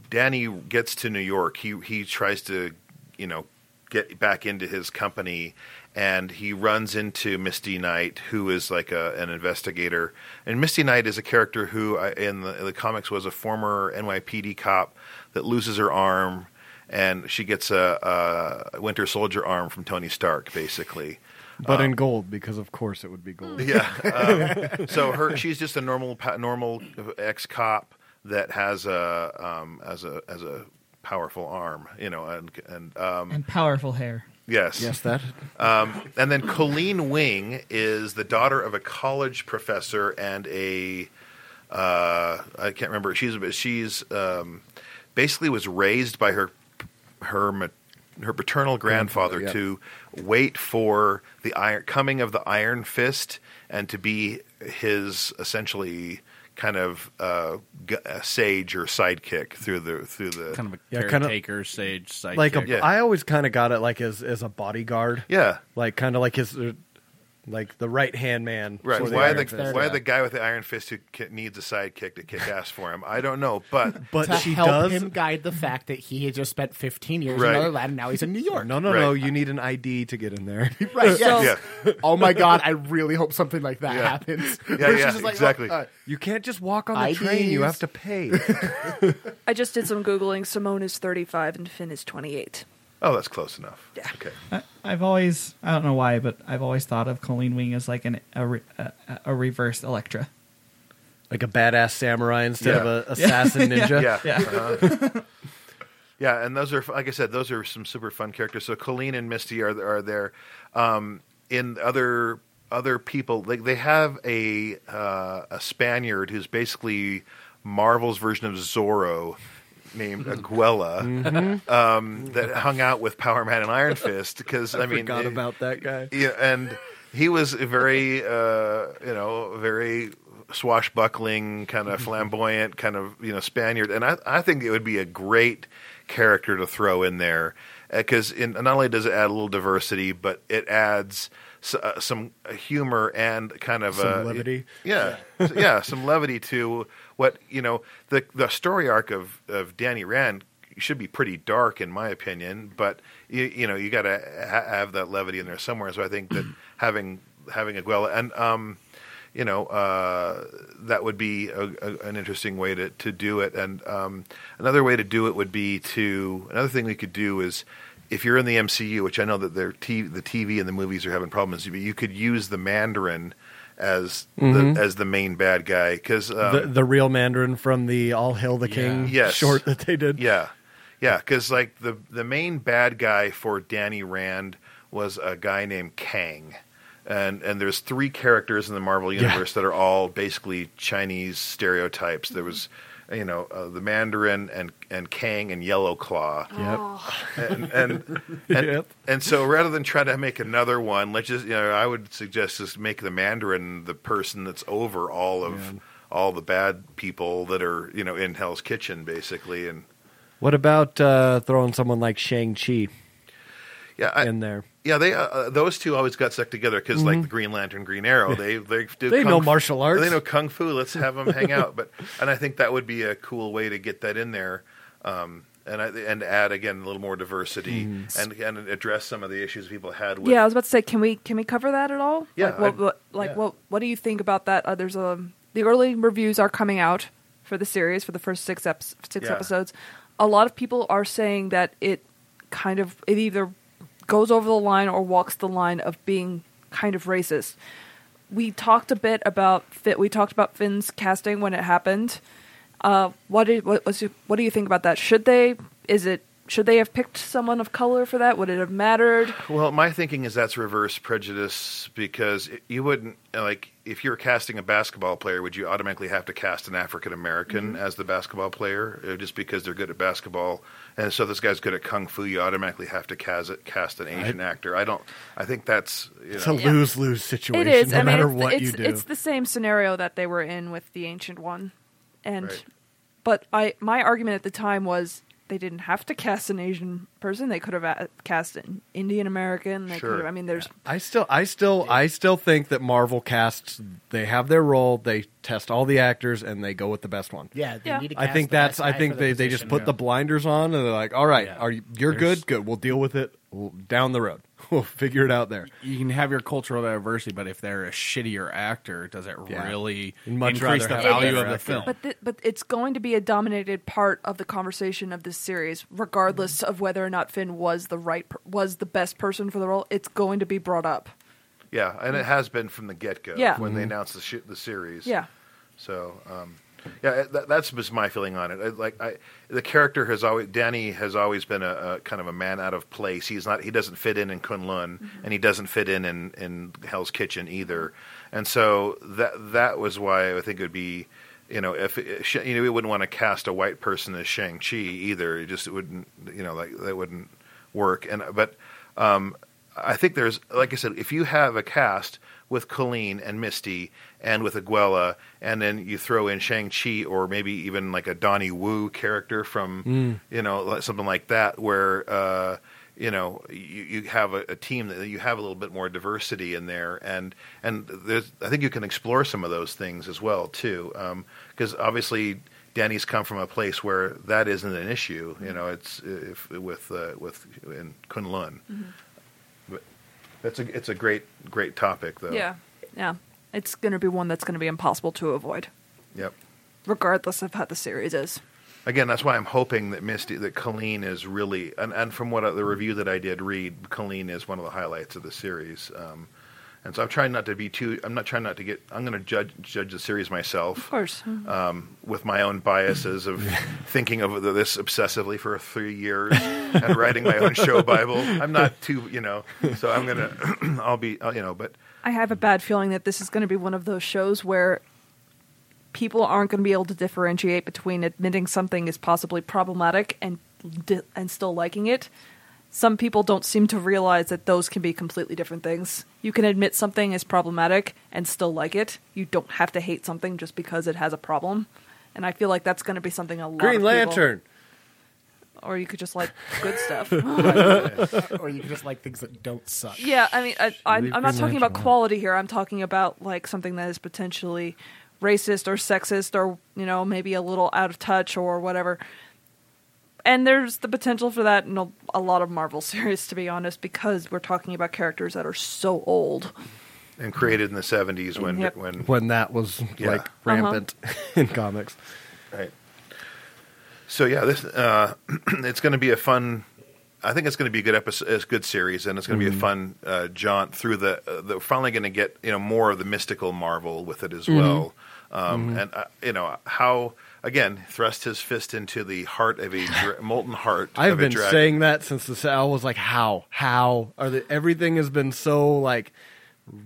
Danny gets to New York, he he tries to you know get back into his company, and he runs into Misty Knight, who is like a, an investigator. And Misty Knight is a character who I, in, the, in the comics was a former NYPD cop that loses her arm. And she gets a, a Winter Soldier arm from Tony Stark, basically.
But
Uh,
in gold, because of course it would be gold.
Mm. Yeah. Um, so her, she's just a normal, pa- normal ex cop that has a um, as a as a powerful arm, you know, and and um,
and powerful hair.
yes,
Yes, that.
Um, and then Colleen Wing is the daughter of a college professor and a uh, I can't remember. She's she's um, basically was raised by her her ma- her paternal grandfather
Grandfather,
to wait for the iron, coming of the Iron Fist and to be his essentially kind of uh, gu- uh, sage or sidekick through the through the
Kind of a
Yeah, kind of-
caretaker, sage, sidekick.
Like um, a,
Yeah.
I always kind of got it like as as a bodyguard.
yeah
Like kind of like his, uh, like the right hand man.
Right.
for the
why
Iron
the
Fist.
why
Yeah.
the guy with the iron fist who ki- needs a sidekick to kick ass for him? I don't know, but
But
to
she
help
does.
him guide the fact that he had just spent 15 years
Right.
in another land, and now he's in New York.
No, no,
Right.
no. You need an ID to get in there.
Right.
So-
yeah,
oh my god, I really hope something like that
Yeah.
happens.
Yeah,
Where she's
yeah,
just like,
exactly.
uh,
You can't just walk on the
IDs.
train. You have to pay.
I just did some googling. Simone is 35 and Finn is 28.
oh, that's close enough.
Yeah.
Okay.
I, I've always, I don't know why, but I've always thought of Colleen Wing as like an, a, re- a, a reverse Electra.
like a badass samurai instead
Yeah.
of a assassin ninja.
Yeah.
Yeah.
uh-huh. yeah, and those are like I said, those are some super fun characters. So Colleen and Misty are are there. Um, in other other people, like they have a uh, a Spaniard who's basically Marvel's version of Zorro. Named
Mm-hmm.
Aguela, um, that hung out with Power Man and Iron Fist because I, mean,
Forgot
it-
about that guy.
yeah, and he was a very, uh, you know, very swashbuckling, kind
Mm-hmm.
of flamboyant, kind of you know Spaniard, and I, I think it would be a great character to throw in there because not only does it add a little diversity, but it adds s- uh, some humor and kind of
Some
uh,
levity.
yeah, yeah, some levity to what you know. the The story arc of of Danny Rand should be pretty dark, in my opinion. But you, you know, you got to ha- have that levity in there somewhere. So I think that having having Aguilla and um, you know, uh, that would be a, a, an interesting way to to do it. And um, another way to do it would be to another thing we could do is. If you're in the MCU, which I know that their t- the TV and the movies are having problems, but you could use the Mandarin as the, as the main bad guy um, because
the, the real Mandarin from the All Hail the King
Yes.
short that they did.
yeah, yeah, because like the the main bad guy for Danny Rand was a guy named Kang, and and there's three characters in the Marvel universe that are all basically Chinese stereotypes. There was. You know uh, the Mandarin and and Kang and Yellow Claw, and and, and,
Yep.
and so rather than try to make another one, let's just you know I would suggest just make the Mandarin the person that's over all of all the bad people that are you know in Hell's Kitchen basically, and
What about uh, throwing someone like Shang Chi
yeah, I,
in there?
yeah, they uh, uh, those two always got stuck together because like the Green Lantern, Green Arrow, they they do
Mm-hmm. They
kung
know
fu-
martial arts.
they know kung fu. Let's have them hang out. But and I think that would be a cool way to get that in there, um, and I, and add again a little more diversity
Mm-hmm.
and and address some of the issues people had with
yeah, I was about to say, can we can we cover that at all?
Yeah,
Like, what,
I-
what like what what do you think about that? Uh, there's a the early reviews are coming out for the series for the first six ep- six
Yeah.
episodes. A lot of people are saying that it kind of it either goes over the line or walks the line of being kind of racist. We talked a bit about fit. We talked about Finn's casting when it happened. Uh, what did what was what do you think about that? Should they? Is it? Should they have picked someone of color for that? Would it have mattered?
Well, my thinking is that's reverse prejudice because it- you wouldn't like if you were casting a basketball player, would you automatically have to cast an African American as the basketball player uh, just because they're good at basketball? And so this guy's good at kung fu, you automatically have to cast, cast an Asian actor. I don't. I think that's you
It's a
know,
lose lose situation,
It is.
no
I mean,
matter
it's,
what
it's,
you do.
it's the same scenario that they were in with the ancient one, and
Right.
but I my argument at the time was they didn't have to cast an Asian person. They could have a- cast an Indian American. They
Sure.
could have. I mean, there's
I still, I still, I still think that Marvel casts. They have their role. They test all the actors, and they go with the best one.
Yeah, they
Yeah.
need to
I
cast
think
the best
that's. I
guy
think
for the
they, they just
position.
put the blinders on, and they're like, "All right,
Yeah.
are you, you're
There's-
good. Good. We'll deal with it l- down the road. We'll figure it out there."
you can have your cultural diversity, but if they're a shittier actor, does it
Yeah.
really
You'd much
increase the
rather have a
value of
better
the
actor.
film?
but th- but it's going to be a dominated part of the conversation of this series, regardless
Mm-hmm.
of whether or not Finn was the right per- was the best person for the role. It's going to be brought up.
yeah, and it has been from the get go
Yeah.
when they announced the sh- the series.
Yeah.
So, um, yeah, that, that's just my feeling on it. I, like, I, the character has always Danny has always been a, a kind of a man out of place. He's not he doesn't fit in in Kunlun, and he doesn't fit in, in in Hell's Kitchen either. And so that that was why I think it would be, you know, if it- sh- you know we wouldn't want to cast a white person as Shang Chi either. It just wouldn't, you know, like that wouldn't work. And but I think there's, like I said, if you have a cast with Colleen and Misty and with Aguella, and then you throw in Shang Chi or maybe even like a Donnie Wu character from, you know, like- something like that, where uh, you know you, you have a, a team that you have a little bit more diversity in there, and and there's, I think you can explore some of those things as well too, because obviously. Danny's come from a place where that isn't an issue, you know. It's if, with uh, with in Kunlun. But that's a it's a great great topic though.
Yeah, yeah. It's going to be one that's going to be impossible to avoid,
Yep.
regardless of how the series is.
Again, that's why I'm hoping that Misty that Colleen is really and, and from what uh, the review that I did read, Colleen is one of the highlights of the series. Um, and so I'm trying not to be too. I'm not trying not to get. I'm going to judge judge the series myself
Of course.
um, with my own biases of thinking of this obsessively for three years and writing my own show bible. I'm not too, you know. So I'm gonna. I'll be, uh, you know. But
I have a bad feeling that this is going to be one of those shows where people aren't going to be able to differentiate between admitting something is possibly problematic and di- and still liking it. some people don't seem to realize that those can be completely different things. You can admit something is problematic and still like it. You don't have to hate something just because it has a problem. And I feel like that's going to be something a lot
Green
of people-
Lantern.
or you could just like good stuff.
or you can just like things that don't suck.
Yeah, I mean, I, I, I'm
Leave
not
Green
talking
Lantern
about
alone.
quality here. I'm talking about like something that is potentially racist or sexist or you know maybe a little out of touch or whatever. And there's the potential for that in a, a lot of Marvel series, to be honest, because we're talking about characters that are so old.
and created in the 70s when
Yep.
when
When that was
Yeah.
like rampant in comics.
right so yeah this uh it's going to be a fun i think it's going to be a good episode a good series and it's going to
Mm-hmm.
be a fun uh jaunt through the uh, the finally going to get you know more of the mystical marvel with it as
Mm-hmm.
well um and uh, you know how again thrust his fist into the heart of a dra- molten heart
I've
of a
been
dragon.
saying that since the I was like, how, how are the, everything has been so like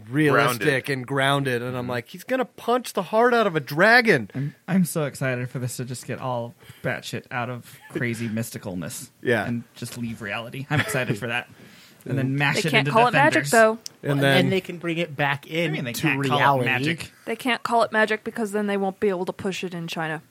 realistic
Grounded.
and grounded, and I'm like, he's gonna punch the heart out of a dragon.
I'm so excited for this to just get all batshit out of crazy mysticalness.
Yeah.
And just leave reality. I'm excited for that. And then mash
They
it
can't
into
call it magic
defenders.
though.
Well,
And
and,
then-
then, they can bring it back in
I mean, they
to
can't
reality.
call it magic.
They can't call it magic because then they won't be able to push it in China.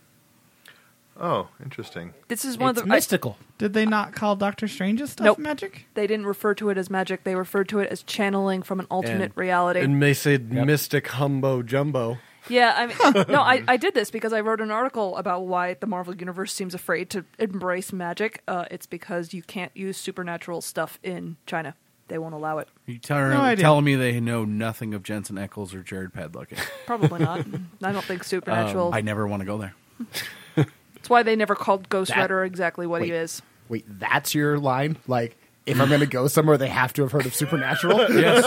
oh interesting
This is one
It's
of the I-
mystical.
Did they not call Doctor Strange's stuff
Nope.
magic?
they didn't refer to it as magic. They referred to it as channeling from an alternate
And-
reality.
And they said mystic humbo jumbo.
Yeah, I mean, no, I, I did this because I wrote an article about why the Marvel Universe seems afraid to embrace magic. Uh, it's because you can't use supernatural stuff in China; they won't allow it.
You tell,
No idea.
telling me they know nothing of Jensen Eccles or Jared Padlock.
Probably not. I don't
Um,
think supernatural.
I never want to go there.
That's why they never called Ghost
That-
Rider exactly what he
wait.
is.
Wait, that's your line? Like, if I'm going to go somewhere, they have to have heard of supernatural?
It has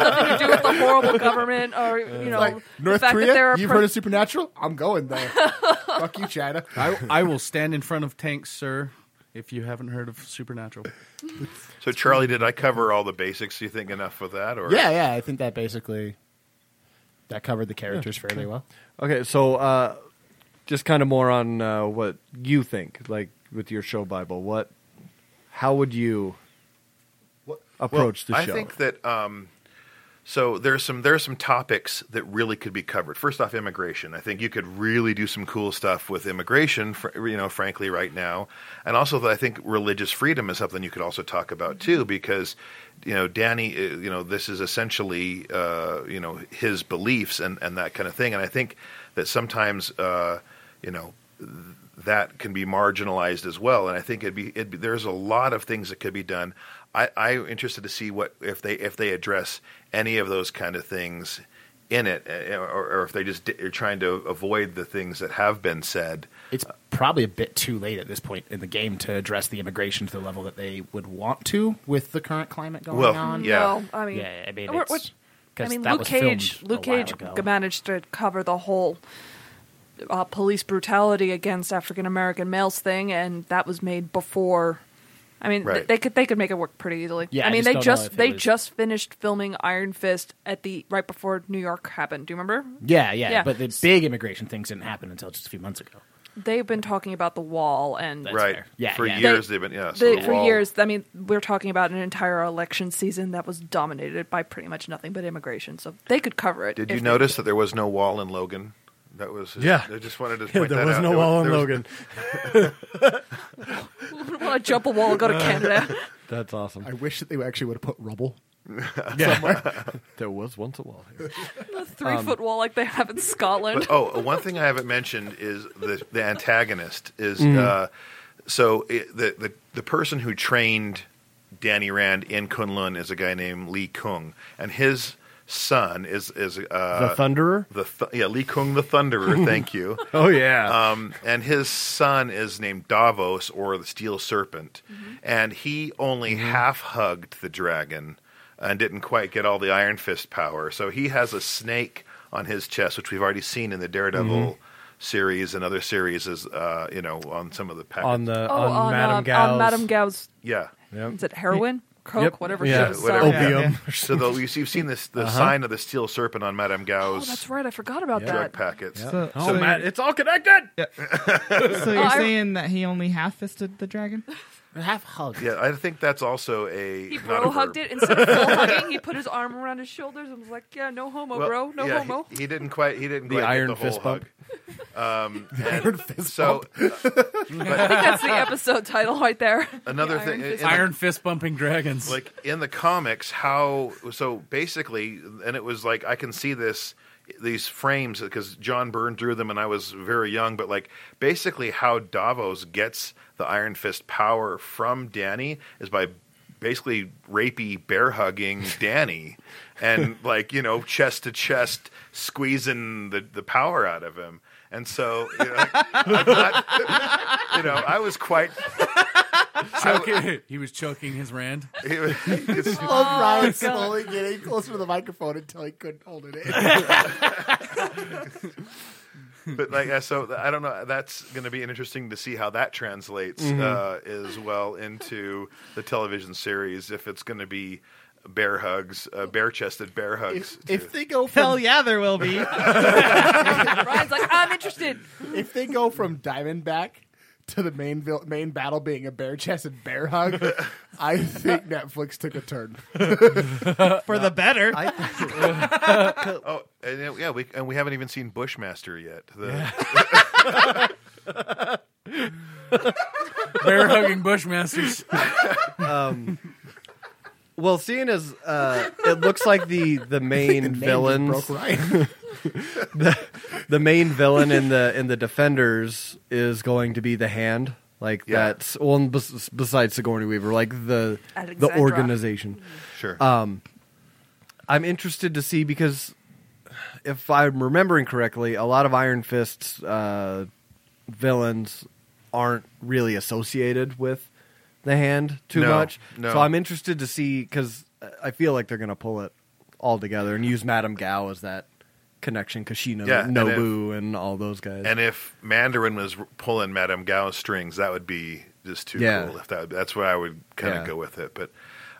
nothing to do with the horrible government or you know
Uh, Like,
the
North
fact that there
Korea,
are
you've
pro-
heard of supernatural? I'm going there. Fuck you, China.
I, I will stand in front of tanks, sir. If you haven't heard of Supernatural,
so charlie did i cover all the basics you think enough with that or
Yeah, yeah. I think that basically that covered the characters fairly well.
Okay, so uh, just kind of more on uh, what you think, like with your show Bible. What, how would you approach
Well,
the show?
I think that um, so there's some there's some topics that really could be covered. First off, immigration. I think you could really do some cool stuff with immigration. Fr- you know, frankly, right now, and also that I think religious freedom is something you could also talk about
Mm-hmm.
too, because you know, Danny, uh, you know, this is essentially uh, you know his beliefs and and that kind of thing. And I think that sometimes uh, you know that can be marginalized as well. And I think it'd be, it'd be there's a lot of things that could be done. I, I'm interested to see what if they if they address any of those kind of things in it, eh, or, or if they just di- are trying to avoid the things that have been said.
It's probably a bit too late at this point in the game to address the immigration to the level that they would want to with the current climate going
Well,
on.
Yeah.
No, I mean,
Yeah, I mean,
we're-
it's-
we're-
'cause
I mean,
that
Luke
was
Cage.
filmed a
Luke
while
Cage
ago.
managed to cover the whole uh, police brutality against African American males thing, and that was made before. I mean, th-
Right.
they could they could make it work pretty easily.
Yeah,
I
I
mean,
just
they
don't know
just
if it
they
was-
just finished filming Iron Fist at the right before New York happened. Do you remember?
Yeah, yeah,
Yeah.
But the big immigration things didn't happen until just a few months ago.
They've been talking about the wall and
right?
fair. Yeah,
for
yeah.
years
They-
they, have been yeah. so
the,
the
for
wall-
years. I mean, we're talking about an entire election season that was dominated by pretty much nothing but immigration. So they could cover it.
Did
if
you
they-
notice that there was no wall in Logan? That was
Yeah.
I just wanted to
Yeah,
point
there
that
was
out.
no
There
wall in
there was-
Logan.
I want to jump a wall and
Uh,
go to Canada.
That's awesome.
I wish that they actually would have put rubble.
There was once a wall here.
a three foot wall like they have in Scotland.
um, But, oh, one thing I haven't mentioned is the the antagonist is
Mm-hmm.
uh, so it, the the the person who trained Danny Rand in Kunlun is a guy named Lee Kung, and his son is is uh,
the Thunderer.
the th- yeah Lee Kung the Thunderer. thank you.
Oh yeah.
Um, and his son is named Davos or the Steel Serpent,
Mm-hmm.
and he only half hugged the dragon and didn't quite get all the Iron Fist power. So he has a snake on his chest, which we've already seen in the Daredevil
Mm-hmm.
series and other series, as uh, you know, on some of the pack-
on the
oh,
on,
on,
Madame
um,
Gao's.
on Madame Gao's.
yeah.
Is it heroin? Coke?
Yep.
Whatever
Yeah,
she Oh, was
whatever.
selling.
Yeah.
opium.
So though you've you've seen this the sign of the Steel Serpent on Madame
Uh-huh. Oh,
Gao's
that's right. I forgot about that.
drug packets.
So,
Oh,
so
Matt, it's all connected.
you're, so you're
I-
saying that he only half fisted the dragon?
half hug.
Yeah, I think that's also a.
He
not a
bro hugged
verb.
it instead of full hugging. He put his arm around his shoulders and was like, "Yeah, no homo,
Well,
bro. No
yeah, he-
homo."
He, didn't quite. He didn't
The
quite get
iron
the whole
fist bump.
hug. Um, and
Iron fist
so uh,
I think that's the episode title right there.
another
The Iron
thing,
Fist
in the-
Iron fist bumping dragons.
like in the comics, how so basically, and it was like I can see this these frames because John Byrne drew them, and I was very young. But like basically, how Davos gets the Iron Fist power from Danny is by basically rapey bear hugging Danny, and like you know chest to chest squeezing the the power out of him. And so, you know, I'm not- you know, I was quite.
Choking- he was choking his rand.
it's-
Love Ryan slowly getting closer to the microphone until he couldn't hold it in.
but like uh, so th- i don't know that's going to be interesting to see how that translates uh, as well into the television series if it's going to be bear hugs uh, bear chested bear hugs
If, if they go
Hell
from
yeah, there will be.
Ryan's like, "I'm interested."
if they go from Diamondback to the main vil- main battle being a bear chest and bear hug, I think Netflix took a turn.
For the better.
oh and uh, yeah we and we haven't even seen bushmaster yet the,
Bear hugging bushmasters.
Well, seeing as uh, it looks like the the main
The name just
villains,
broke Ryan.
the main villain in the in the Defenders is going to be the Hand. Like
Yeah.
that's well, and bes- besides Sigourney Weaver, like the the
Alexandra.
organization.
sure
I'm interested to see because if I'm remembering correctly, a lot of Iron Fist's uh, villains aren't really associated with the hand too
No,
much.
no.
So I'm interested to see because I feel like they're going to pull it all together and use Madame Gao as that connection because she knows
Yeah, and
Nobu and, all those guys.
and if mandarin was r- pulling madame gao's strings that would be just too
Yeah.
cool if that that's where i would kind of
Yeah.
go with it but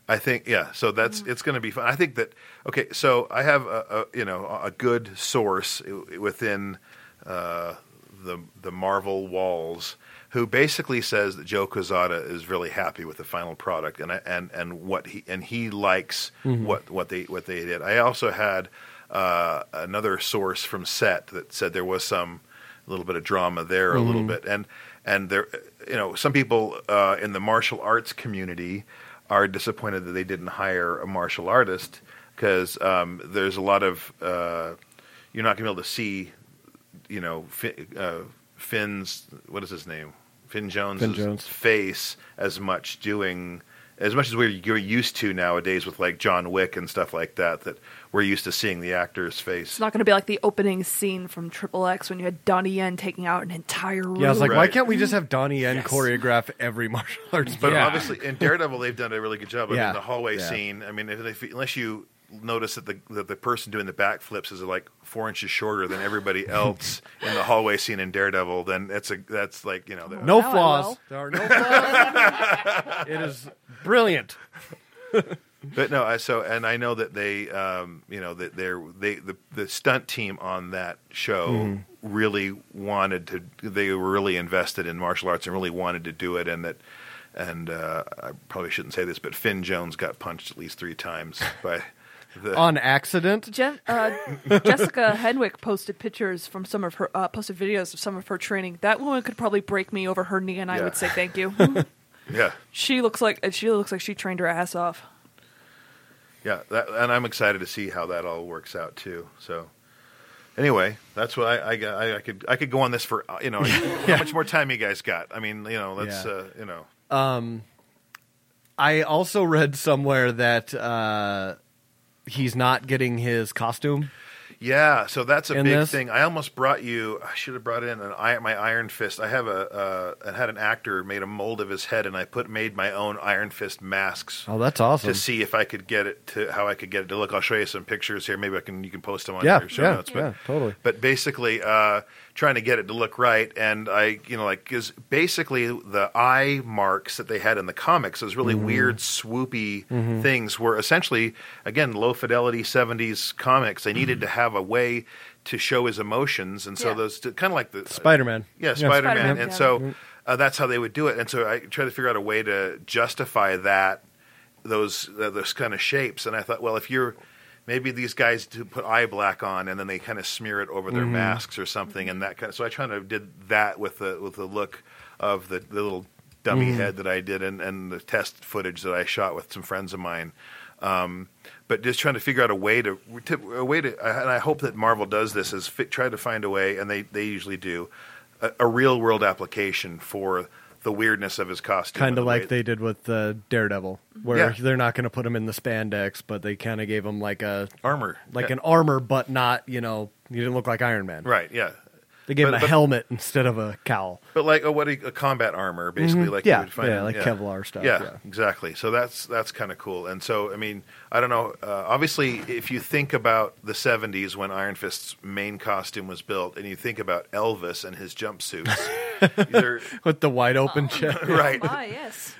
I think yeah, so that's it's going to be fun. I think that okay, so I have a, a you know a good source i- within uh, the the Marvel walls who basically says that Joe Quesada is really happy with the final product and I- and and what he and he likes
Mm-hmm.
what what they what they did. I also had uh, another source from set that said there was some a little bit of drama there a
Mm-hmm.
little bit and and there you know some people uh, in the martial arts community are disappointed that they didn't hire a martial artist because um, there's a lot of uh, you're not going to be able to see you know Fi- uh, Finn's what is his name Finn Jones
Finn Jones.
face as much doing as much as we're you're used to nowadays with like John Wick and stuff like that that we're used to seeing the actor's face
It's not going to be like the opening scene from Triple X when you had Donnie Yen taking out an entire room.
yeah, I was like, why
Right.
can't we just have Donnie Yen choreograph every martial arts?
But
movie?
Yeah.
obviously, in Daredevil, they've done a really good job. I
Yeah.
mean, the hallway
Yeah.
scene. I mean, if, if, unless you notice that the that the person doing the backflips is like four inches shorter than everybody else in the hallway scene in Daredevil, then that's a that's like you know the-
no
Now I
flaws.
will.
There are no flaws. it is brilliant.
But no, I so and I know that they, um, you know, that they're they the the stunt team on that show
Mm-hmm.
really wanted to. They were really invested in martial arts and really wanted to do it, and that. And uh, I probably shouldn't say this, but Finn Jones got punched at least three times by the
On accident,
Jen, uh, Jessica Henwick posted pictures from some of her uh, posted videos of some of her training. That woman could probably break me over her knee, and I
Yeah.
would say thank you.
yeah.
she looks like and she looks like she trained her ass off.
yeah that, and i'm excited to see how that all works out too so anyway that's what i i, got- I, I could i could go on this for uh, you know how much more time you guys got i mean you know let's
Yeah.
uh, you know
I also read somewhere that uh, he's not getting his costume.
yeah so that's a
In
big
this?
thing i almost brought you i should have brought in an I, my iron fist i have a uh, i had an actor made a mold of his head and i put made my own iron fist masks
Oh, that's awesome!
to see if I could get it to how I could get it to look. I'll show you some pictures here. Maybe I can you can post them on
Yeah,
your show
yeah,
notes. But,
yeah, totally.
But basically, uh, trying to get it to look right, and I you know like because basically the eye marks that they had in the comics those really weird swoopy things were essentially again low fidelity '70s comics. They needed to have a way to show his emotions, and so
Yeah.
those kind of like the
Spider Man.
yeah, Spider Man.
Spider-Man,
And
yeah.
so uh, that's how they would do it. And so I tried to figure out a way to justify that those uh, those kind of shapes. And I thought, well, if you're maybe these guys do put eye black on and then they kind of smear it over their masks or something, and that kind. Of, so I kind of did that with the with the look of the, the little dummy head that I did and, and the test footage that I shot with some friends of mine. Um, but just trying to figure out a way to, to a way to, and I hope that Marvel does this is fi- try to find a way, and they, they usually do, a, a real world application for the weirdness of his costume,
kind
and the
of
way-
like they did with the Daredevil, where
Yeah.
they're not going to put him in the spandex, but they kind of gave him like a
armor,
like
Yeah.
an armor, but not you know he didn't look like Iron Man.
right, yeah.
They gave him
But-
a
but-
helmet instead of a cowl.
But like a, what a, a combat armor, basically, like
Mm-hmm. Yeah,
you would find
yeah,
in-
like Kevlar stuff,
Yeah,
yeah.
exactly. So that's that's kind of cool. And so I mean, I don't know. Uh, obviously, if you think about the '70s when Iron Fist's main costume was built, and you think about Elvis and his jumpsuits, they're-
With the wide
Oh.
open chest,
right?
Ah, yes.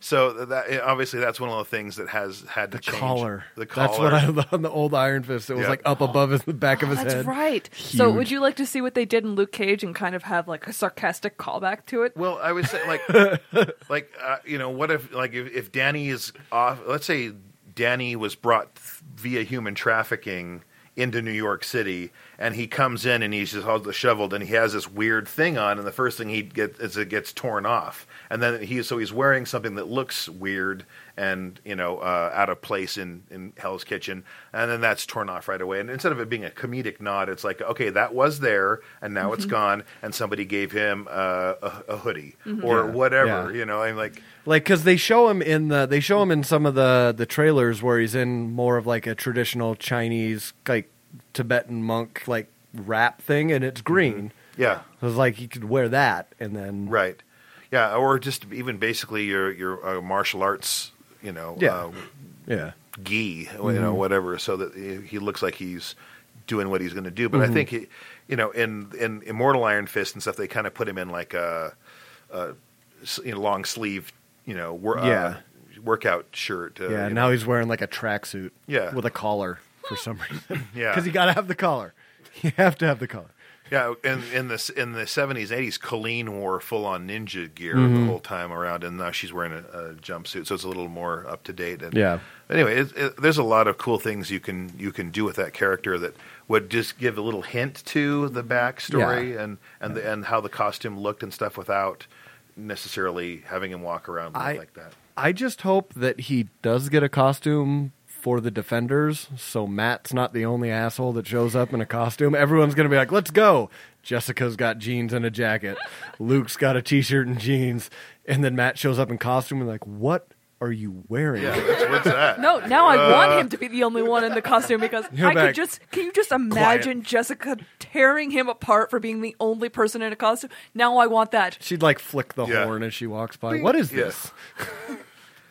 So that eh, obviously that's one of the things that has had to
the
change.
collar.
The collar.
That's what I love on the old Iron Fist. It was
Yeah.
like up above his, the back of his
That's
head.
right. So,
Huge.
would you like to see what they did in Luke Cage and kind of have like a sarcastic callback to it?
Well, I would say like, like uh, you know, what if like if, if Danny is off? Let's say Danny was brought th- via human trafficking into New York City, and he comes in and he's just all disheveled, and he has this weird thing on, and the first thing he gets is it gets torn off, and then he so he's wearing something that looks weird and you know uh, out of place in in Hell's Kitchen, and then that's torn off right away. And instead of it being a comedic nod, it's like okay, that was there, and now it's gone, and somebody gave him uh, a, a hoodie or whatever,
Yeah.
you know. I'm like,
like because they show him in the they show him in some of the the trailers where he's in more of like a traditional chinese like tibetan monk like wrap thing and
Mm-hmm.
it's green
yeah,
so it's like he could wear that and then
right, yeah, or just even basically your your uh, martial arts, you know,
Yeah. Mm-hmm.
uh,
yeah
gi, you know, whatever, so that he he looks like he's doing what he's going to do.
Mm-hmm.
But I think, he, you know, in in Immortal Iron Fist and stuff, they kind of put him in like a, a s- you know, long sleeve, you know, wor-
Yeah.
uh, workout shirt. Uh,
yeah
you
now
know.
he's wearing like a tracksuit
Yeah.
with a collar for some reason
Yeah.
because you gotta have the collar you have to have the collar
yeah. In in the s- in the seventies, eighties, Colleen wore full on ninja gear
Mm-hmm.
the whole time around, and now she's wearing a, a jumpsuit, so it's a little more up to date. And
Yeah.
Anyway, it, it, there's a lot of cool things you can you can do with that character that would just give a little hint to the backstory and and the, and how the costume looked and stuff without necessarily having him walk around look
I-
like that.
i just hope that he does get a costume for the defenders so matt's not the only asshole that shows up in a costume everyone's gonna be like let's go jessica's got jeans and a jacket luke's got a t-shirt and jeans and then matt shows up in costume and like what are you wearing
Yeah, what's, what's that?
No, now I want him to be the only one in the costume because
You're
I
back.
could just can you just imagine Jessica tearing him apart for being the only person in a costume? Now I want that.
she'd like flick the
Yeah.
horn as she walks by what is
Yeah.
this
Fuck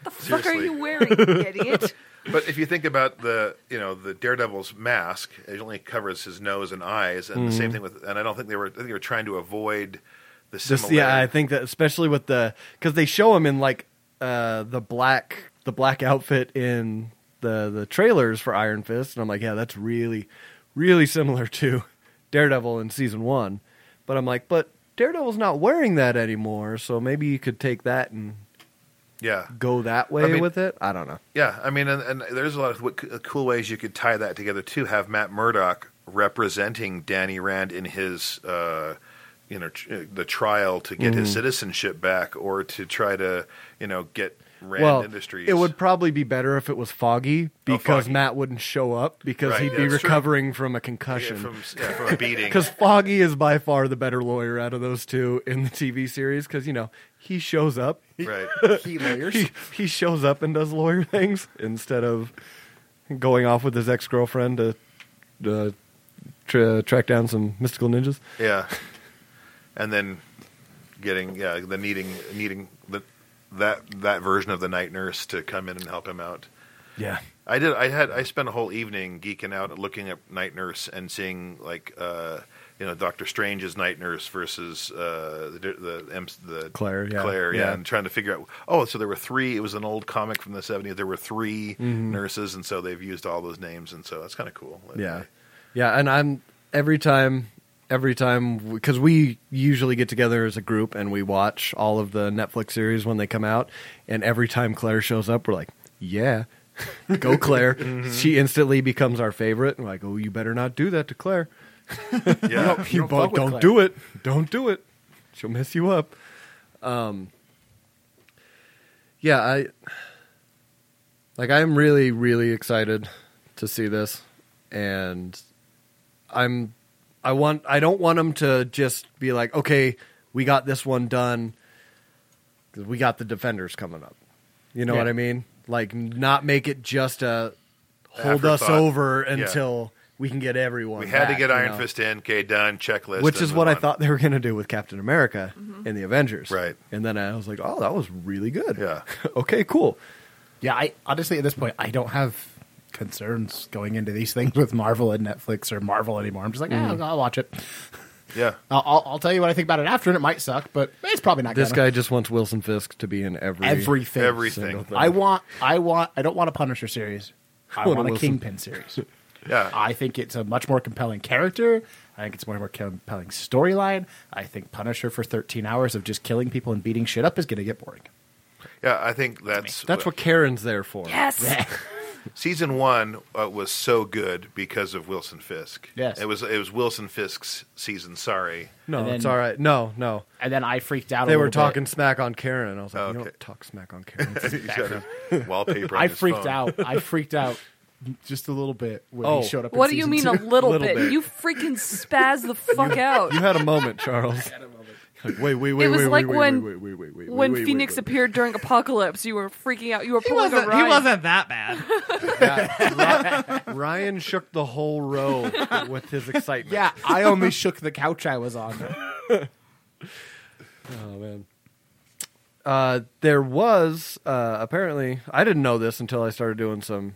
are
Seriously.
you wearing, idiot?
But if you think about the, you know, the Daredevil's mask, it only covers his nose and eyes, and the same
Mm-hmm.
thing with. And I don't think they were. I think they were trying to avoid the
Just
similarity.
yeah, I think that especially with the because they show him in like uh, the black the black outfit in the the trailers for Iron Fist, and I'm like, yeah, that's really really similar to Daredevil in season one. But I'm like, but Daredevil's not wearing that anymore, so maybe you could take that and
yeah,
go that way
mean-
with it. I don't know.
yeah. I mean, and, and there's a lot of w- cool ways you could tie that together too. Have Matt Murdock representing Danny Rand in his, uh, you know, tr- uh, the trial to get
Mm-hmm.
his citizenship back, or to try to, you know, get Rand
well,
Industries.
it would probably be better if it was Foggy because
Oh, Foggy.
Matt wouldn't show up because
Right,
he'd
yeah,
be
that's true.
recovering from a
yeah,
concussion.
from, yeah, from a beating.
Because Foggy is by far the better lawyer out of those two in the TV series. Because you know he shows up,
right.
He layers.
he, he shows up and does lawyer things instead of going off with his ex girlfriend to, uh tra- track down some mystical ninjas.
Yeah, and then getting yeah the needing needing the, that that version of the night nurse to come in and help him out.
Yeah,
I did. I had. I spent a whole evening geeking out and looking at Night Nurse and seeing like uh, you know Doctor Strange's Night Nurse versus uh, the the, M- the
Claire, yeah.
Claire, yeah,
Yeah.
and trying to figure out. Oh, so there were three. It was an old comic from the '70s. There were 3
Mm-hmm.
nurses, and so they've used all those names, and so that's kind of cool.
yeah, yeah. And I'm every time. every time because we usually get together as a group and we watch all of the Netflix series when they come out. And every time Claire shows up, we're like, "Yeah, go Claire!" She instantly becomes our favorite. And we're like, "Oh, you better not do that to Claire.
Yeah.
you bu-
don't fuck with
don't
Claire."
do it. Don't do it. She'll mess you up." Um. Yeah, I like I'm really really excited to see this and I'm I want I don't want them to just be like okay we got this one done 'cause we got the defenders coming up you know
Yeah.
what I mean like not make it just a hold us
Afterthought.
over
Yeah.
until we can get everyone
We had to
back,
get
you
Iron
know?
Fist in, K done, checklist.
which
and
is
move
what I
on.
thought they were going to do with Captain America in the Avengers
Right.
and then I was like oh that was really good
Yeah.
okay cool
Yeah, I honestly at this point I don't have concerns going into these things with Marvel and Netflix or Marvel anymore. I'm just like, "Ah, I'll, I'll watch it.
Yeah.
I'll, I'll, I'll tell you what I think about it after, and it might suck, but it's probably not.
this
gonna.
guy just wants Wilson Fisk to be in every
everything,
Everything.
I want, I want, I don't want a Punisher series. I
What a
want a
Wilson.
Kingpin series.
Yeah.
I think it's a much more compelling character. I think it's a more compelling storyline. I think Punisher for 13 hours of just killing people and beating shit up is going to get boring.
Yeah, I think that's
That's what Karen's there for.
Yes.
season one uh, was so good because of Wilson Fisk.
Yes.
it was it was Wilson Fisk's season. Sorry,
No,
And then-
it's all right. No, no.
And then I freaked out. a
They were
little bit.
talking smack on Karen. and I was like, you
Okay.
don't talk smack on Karen.
He's got a wallpaper. On
I
his
freaked
phone.
out. I freaked out just a little bit when
Oh.
he showed up. in
What do you
season
mean
two.
a little,
Little
bit?
bit.
You freaking spaz the fuck out.
you had a moment, Charles. Like, wait, wait, wait,
It was
wait,
like
wait,
when-
wait, wait, wait, wait, wait,
when
wait, wait,
Phoenix
wait.
appeared during Apocalypse, you were freaking out. You were
He
pulling
wasn't,
a
he
Ryan.
wasn't that bad.
Ryan shook the whole row with his excitement.
Yeah, I only shook the couch I was on.
Oh man. Uh, there was uh, apparently I didn't know this until I started doing some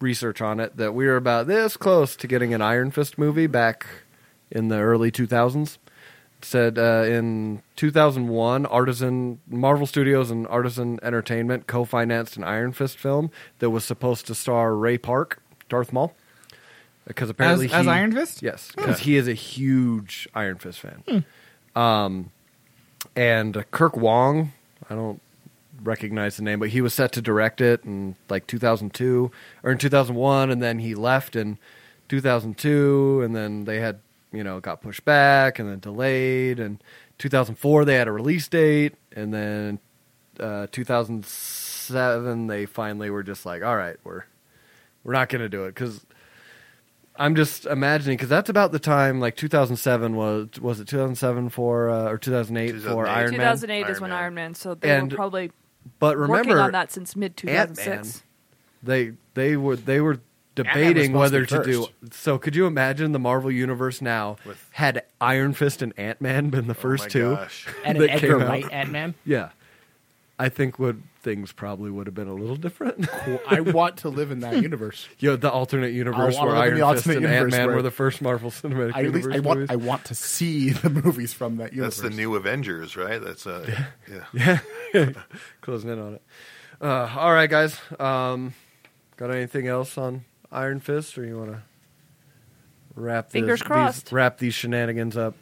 research on it that we were about this close to getting an Iron Fist movie back in the early 2000s. It said uh, in 2001, Artisan Marvel Studios and Artisan Entertainment co-financed an Iron Fist film that was supposed to star Ray Park, Darth Maul, because apparently
as
he-
Iron Fist?
Yes, because he is a huge Iron Fist fan. Um, and Kirk Wong, I don't recognize the name, but he was set to direct it in like 2002 or in 2001, and then he left in 2002, and then they had you know got pushed back and then delayed, and 2004 they had a release date, and then uh, 2007 they finally were just like, all right, we're we're not gonna do it because I'm just imagining because that's about the time like 2007 was was it 2007 for uh, or 2008, for
2008.
Iron Man.
2008 is
Iron
when
Man.
Iron Man, so they
And
were probably
But remember,
working on that since mid 2006.
they they were they were
Ant-Man was
debating
supposed
whether
to
to,
be
do. So could you imagine the Marvel universe now had Iron Fist and Ant Man been the
Oh my
first two?
gosh.
And
That
an Edgar
came out.
Wright Ant Man.
Yeah, I think would things probably would have been a little different.
I want to live in that universe.
you know, the alternate universe
wanna
where
live in the
Iron Fist
alternate
and Ant
universe
Man
where-
were the first Marvel Cinematic
I, at
Universe
least I want.
movies.
I want to see the movies from that universe.
That's the new Avengers, right? That's uh, yeah.
Closing in on it. Uh, all right, guys. Um, got anything else on Iron Fist, or you want to wrap this-
Fingers
these-
crossed.
wrap these shenanigans up?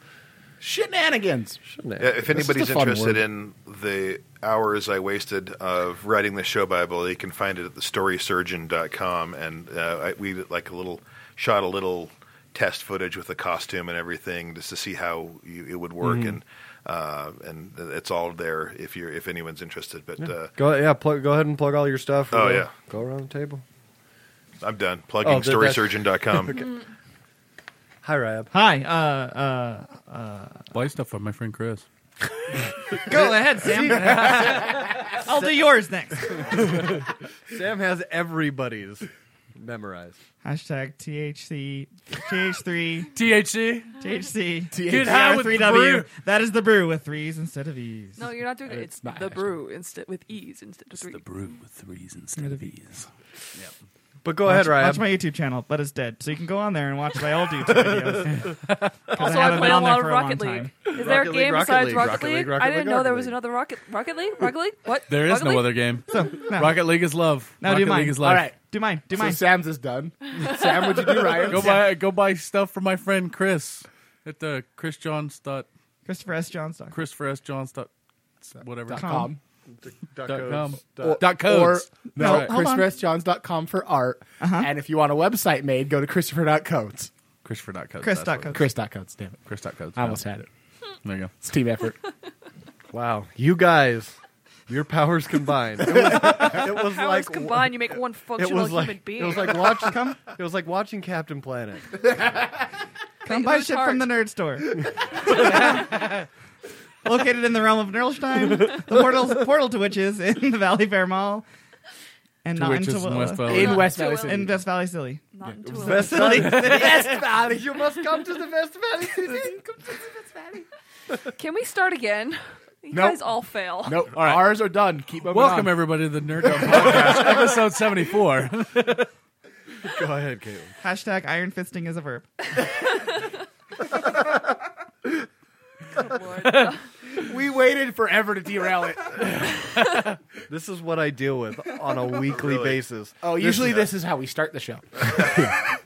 shenanigans.
Yeah, if
That's just
anybody's
a fun word.
interested in the hours I wasted of writing the show Bible, you can find it at thestorysurgeon.com. And uh, I, we did like a little shot a little test footage with the costume and everything just to see how you, it would work. And uh, and it's all there if you're if anyone's interested. But uh,
Go yeah, plug, go ahead and plug all your stuff.
Oh,
We'll
yeah.
go around the table.
I'm done plugging
Oh, that- that's-
storysurgeon.com.
Hi, Rab.
Hi. Uh,
Buy stuff from my friend Chris.
uh, go ahead, Sam. I'll do yours next.
Sam has everybody's memorized.
Hashtag THC, TH3,
THC.
THC,
Get high with the brew.
That is the brew with threes instead of E's.
No, you're not doing it. It's, the brew instead with E's instead of three.
The brew with threes instead of E's.
But go
watch,
ahead, Rab.
watch my YouTube channel, but it's dead. So you can go on there and watch my old YouTube videos. 'Cause
Also, I,
haven't
play
been
a
on there
lot of
for long
Rocket
time.
League. Is there a
League,
game
Rocket
besides
League,
Rocket
Rocket
League?
League, Rocket
I didn't
League,
know there
Rocket
was
League.
another Rocket Rocket League. Rocket League. What?
There is
Rocket
no
League?
other game.
No.
Rocket League is love.
Now
Rocket
do mine.
League is
All
life.
right, do mine. Do
So
mine.
Sam's is done. Sam, what'd you do, Ryan?
Go buy go buy stuff from my friend Chris. At the Chris Johns dot
Christopher S. Johnstock.
Christopher S. Johns dot whatever
Dot com.
dot com
Or-
dot codes.
Or, Uh, no, Uh-huh.
Right.
hold on.
ChristopherSjohns.com for art. And if you want a website made, go to Christopher.codes.
Christopher dot codes.
Chris
that's
dot
what-
codes.
Chris.codes, damn it.
Chris dot codes.
I almost had it.
There you go.
It's team effort.
Wow, you guys, your powers combined. It was, it was
Powers
like
combined, you make one
it
functional
was
human
like
being.
it was like watch come. It was like watching Captain Planet.
Come buy
who's
shit
heart?
from the nerd store. Located in the realm of Nurlstein, the portal, portal to which is in the Valley Fair Mall, and
To
not
which
in
is in West
Tooele-
Valley.
In West Valley
Tooele.
City.
in West Valley City.
Not in Tulip.
West Valley. You must come to the West Valley City.
Can we start again? You
Nope.
guys all fail.
Nope. Ours are done. Keep moving
Welcome
on.
everybody to the Nerd Dog Podcast, episode seventy four.
Go ahead, Caitlin.
Hashtag iron fisting is a verb.
Good lord.
We waited forever to derail it.
This is what I deal with on a weekly basis.
Oh, usually this is how we start the show.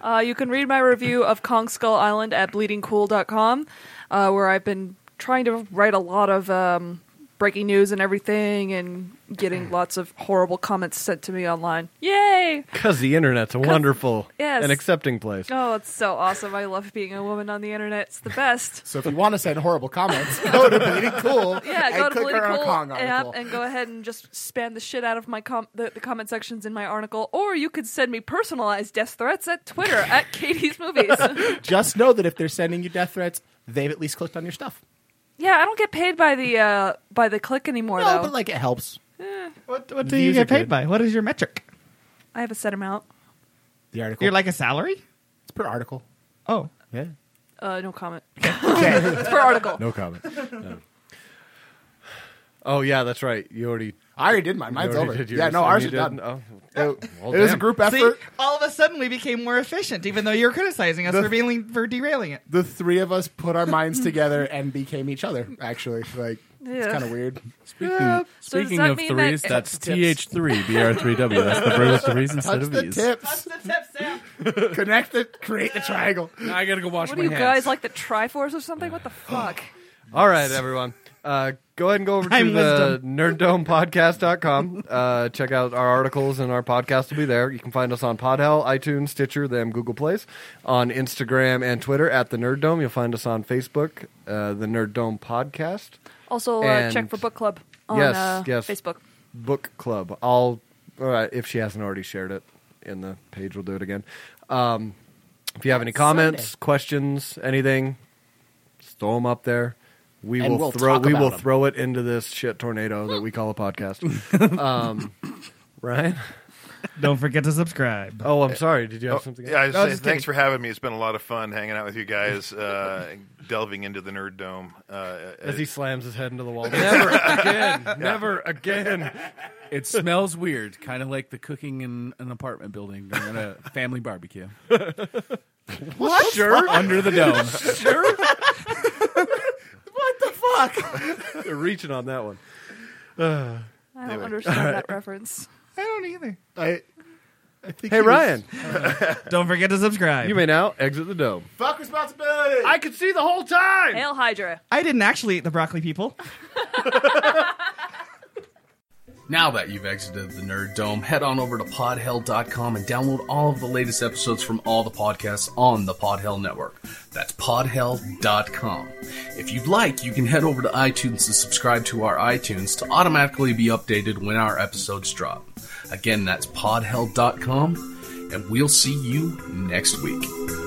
Uh, you can read my review of Kong Skull Island at bleedingcool.com, uh, where I've been trying to write a lot of um, breaking news and everything and getting lots of horrible comments sent to me online. Yay!
Because the internet's a wonderful
Yes.
and accepting place.
Oh, it's so awesome. I love being a woman on the internet. It's the best.
So if you want to send horrible comments, go to Bleeding Cool.
Yeah,
and
go to
click
Bleeding
our Kong
Cool app
article.
and go ahead and just spam the shit out of my com- the, the comment sections in my article. Or you could send me personalized death threats at Twitter at Katie's Movies.
Just know that if they're sending you death threats, they've at least clicked on your stuff.
yeah, I don't get paid by the uh, by the click anymore
No,
though.
but like it helps.
What, what do
These
you
are
get paid
good.
by? What is your metric?
I have a set amount.
The article.
You're like a salary?
it's per article.
Oh,
Yeah.
Uh, no comment.
Okay.
It's per article.
no comment.
Oh yeah, that's right. You already,
I already did mine.
you
Mine's
already
over.
did
Yeah,
yours
no,
and
ours
you
are done.
didn't- oh.
It,
Well,
it was a
damn.
group
see,
effort.
all of a sudden we became more efficient, even though you were criticizing us for being for derailing it.
The three of us put our minds together and became each other. Actually, like it's
Yeah.
kind of weird.
So does
Speaking
that
of
mean
threes,
that-
that's
Tips.
TH three BR three W. That's the bird with threes instead
Touch
of
the
E's.
tips. Connect the. Create the triangle.
I gotta go wash
What
my
are you
hands.
guys like the Triforce or something? What the fuck?
All right, everyone. Uh, go ahead and go over to
Time
the nerddomepodcast.com. Uh, check out our articles and our podcast will be there. You can find us on Podhell, iTunes, Stitcher, them Google Plays, on Instagram and Twitter at the Nerd Dome. You'll find us on Facebook, uh, the Nerd Dome Podcast
Also, uh,
And-
check for book club on
Yes,
uh,
yes.
Facebook.
Book Club. I'll all right, if she hasn't already shared it in the page, we'll do it again. Um, if you have any comments, questions, anything, just throw them up there. We
And
will
we'll
throw
talk
we will
about 'em.
throw it into this shit tornado that we call a podcast. um, Ryan.
Don't forget to subscribe.
Oh, I'm sorry. Did you have something?
Yeah, I was
No,
saying,
just
thanks
kidding.
for having me. It's been a lot of fun hanging out with you guys, uh, delving into the nerd dome. Uh,
As he slams his head into the wall. Never again. Never again.
It smells weird, kind of like the cooking in an apartment building during a family barbecue.
What? Sure.
Under the dome.
Sure. what the fuck? You're reaching on that one.
I don't understand that reference.
I don't either.
I, I think
Hey,
he was-
Ryan.
Don't forget to subscribe.
You may now exit the dome.
Fuck responsibility.
I could see the whole time.
Hail Hydra.
I didn't actually eat the broccoli people.
Now that you've exited the Nerd Dome, head on over to podhell.com and download all of the latest episodes from all the podcasts on the Podhell Network. That's podhell.com. If you'd like, you can head over to iTunes to subscribe to our iTunes to automatically be updated when our episodes drop. Again, that's podhell.com, and we'll see you next week.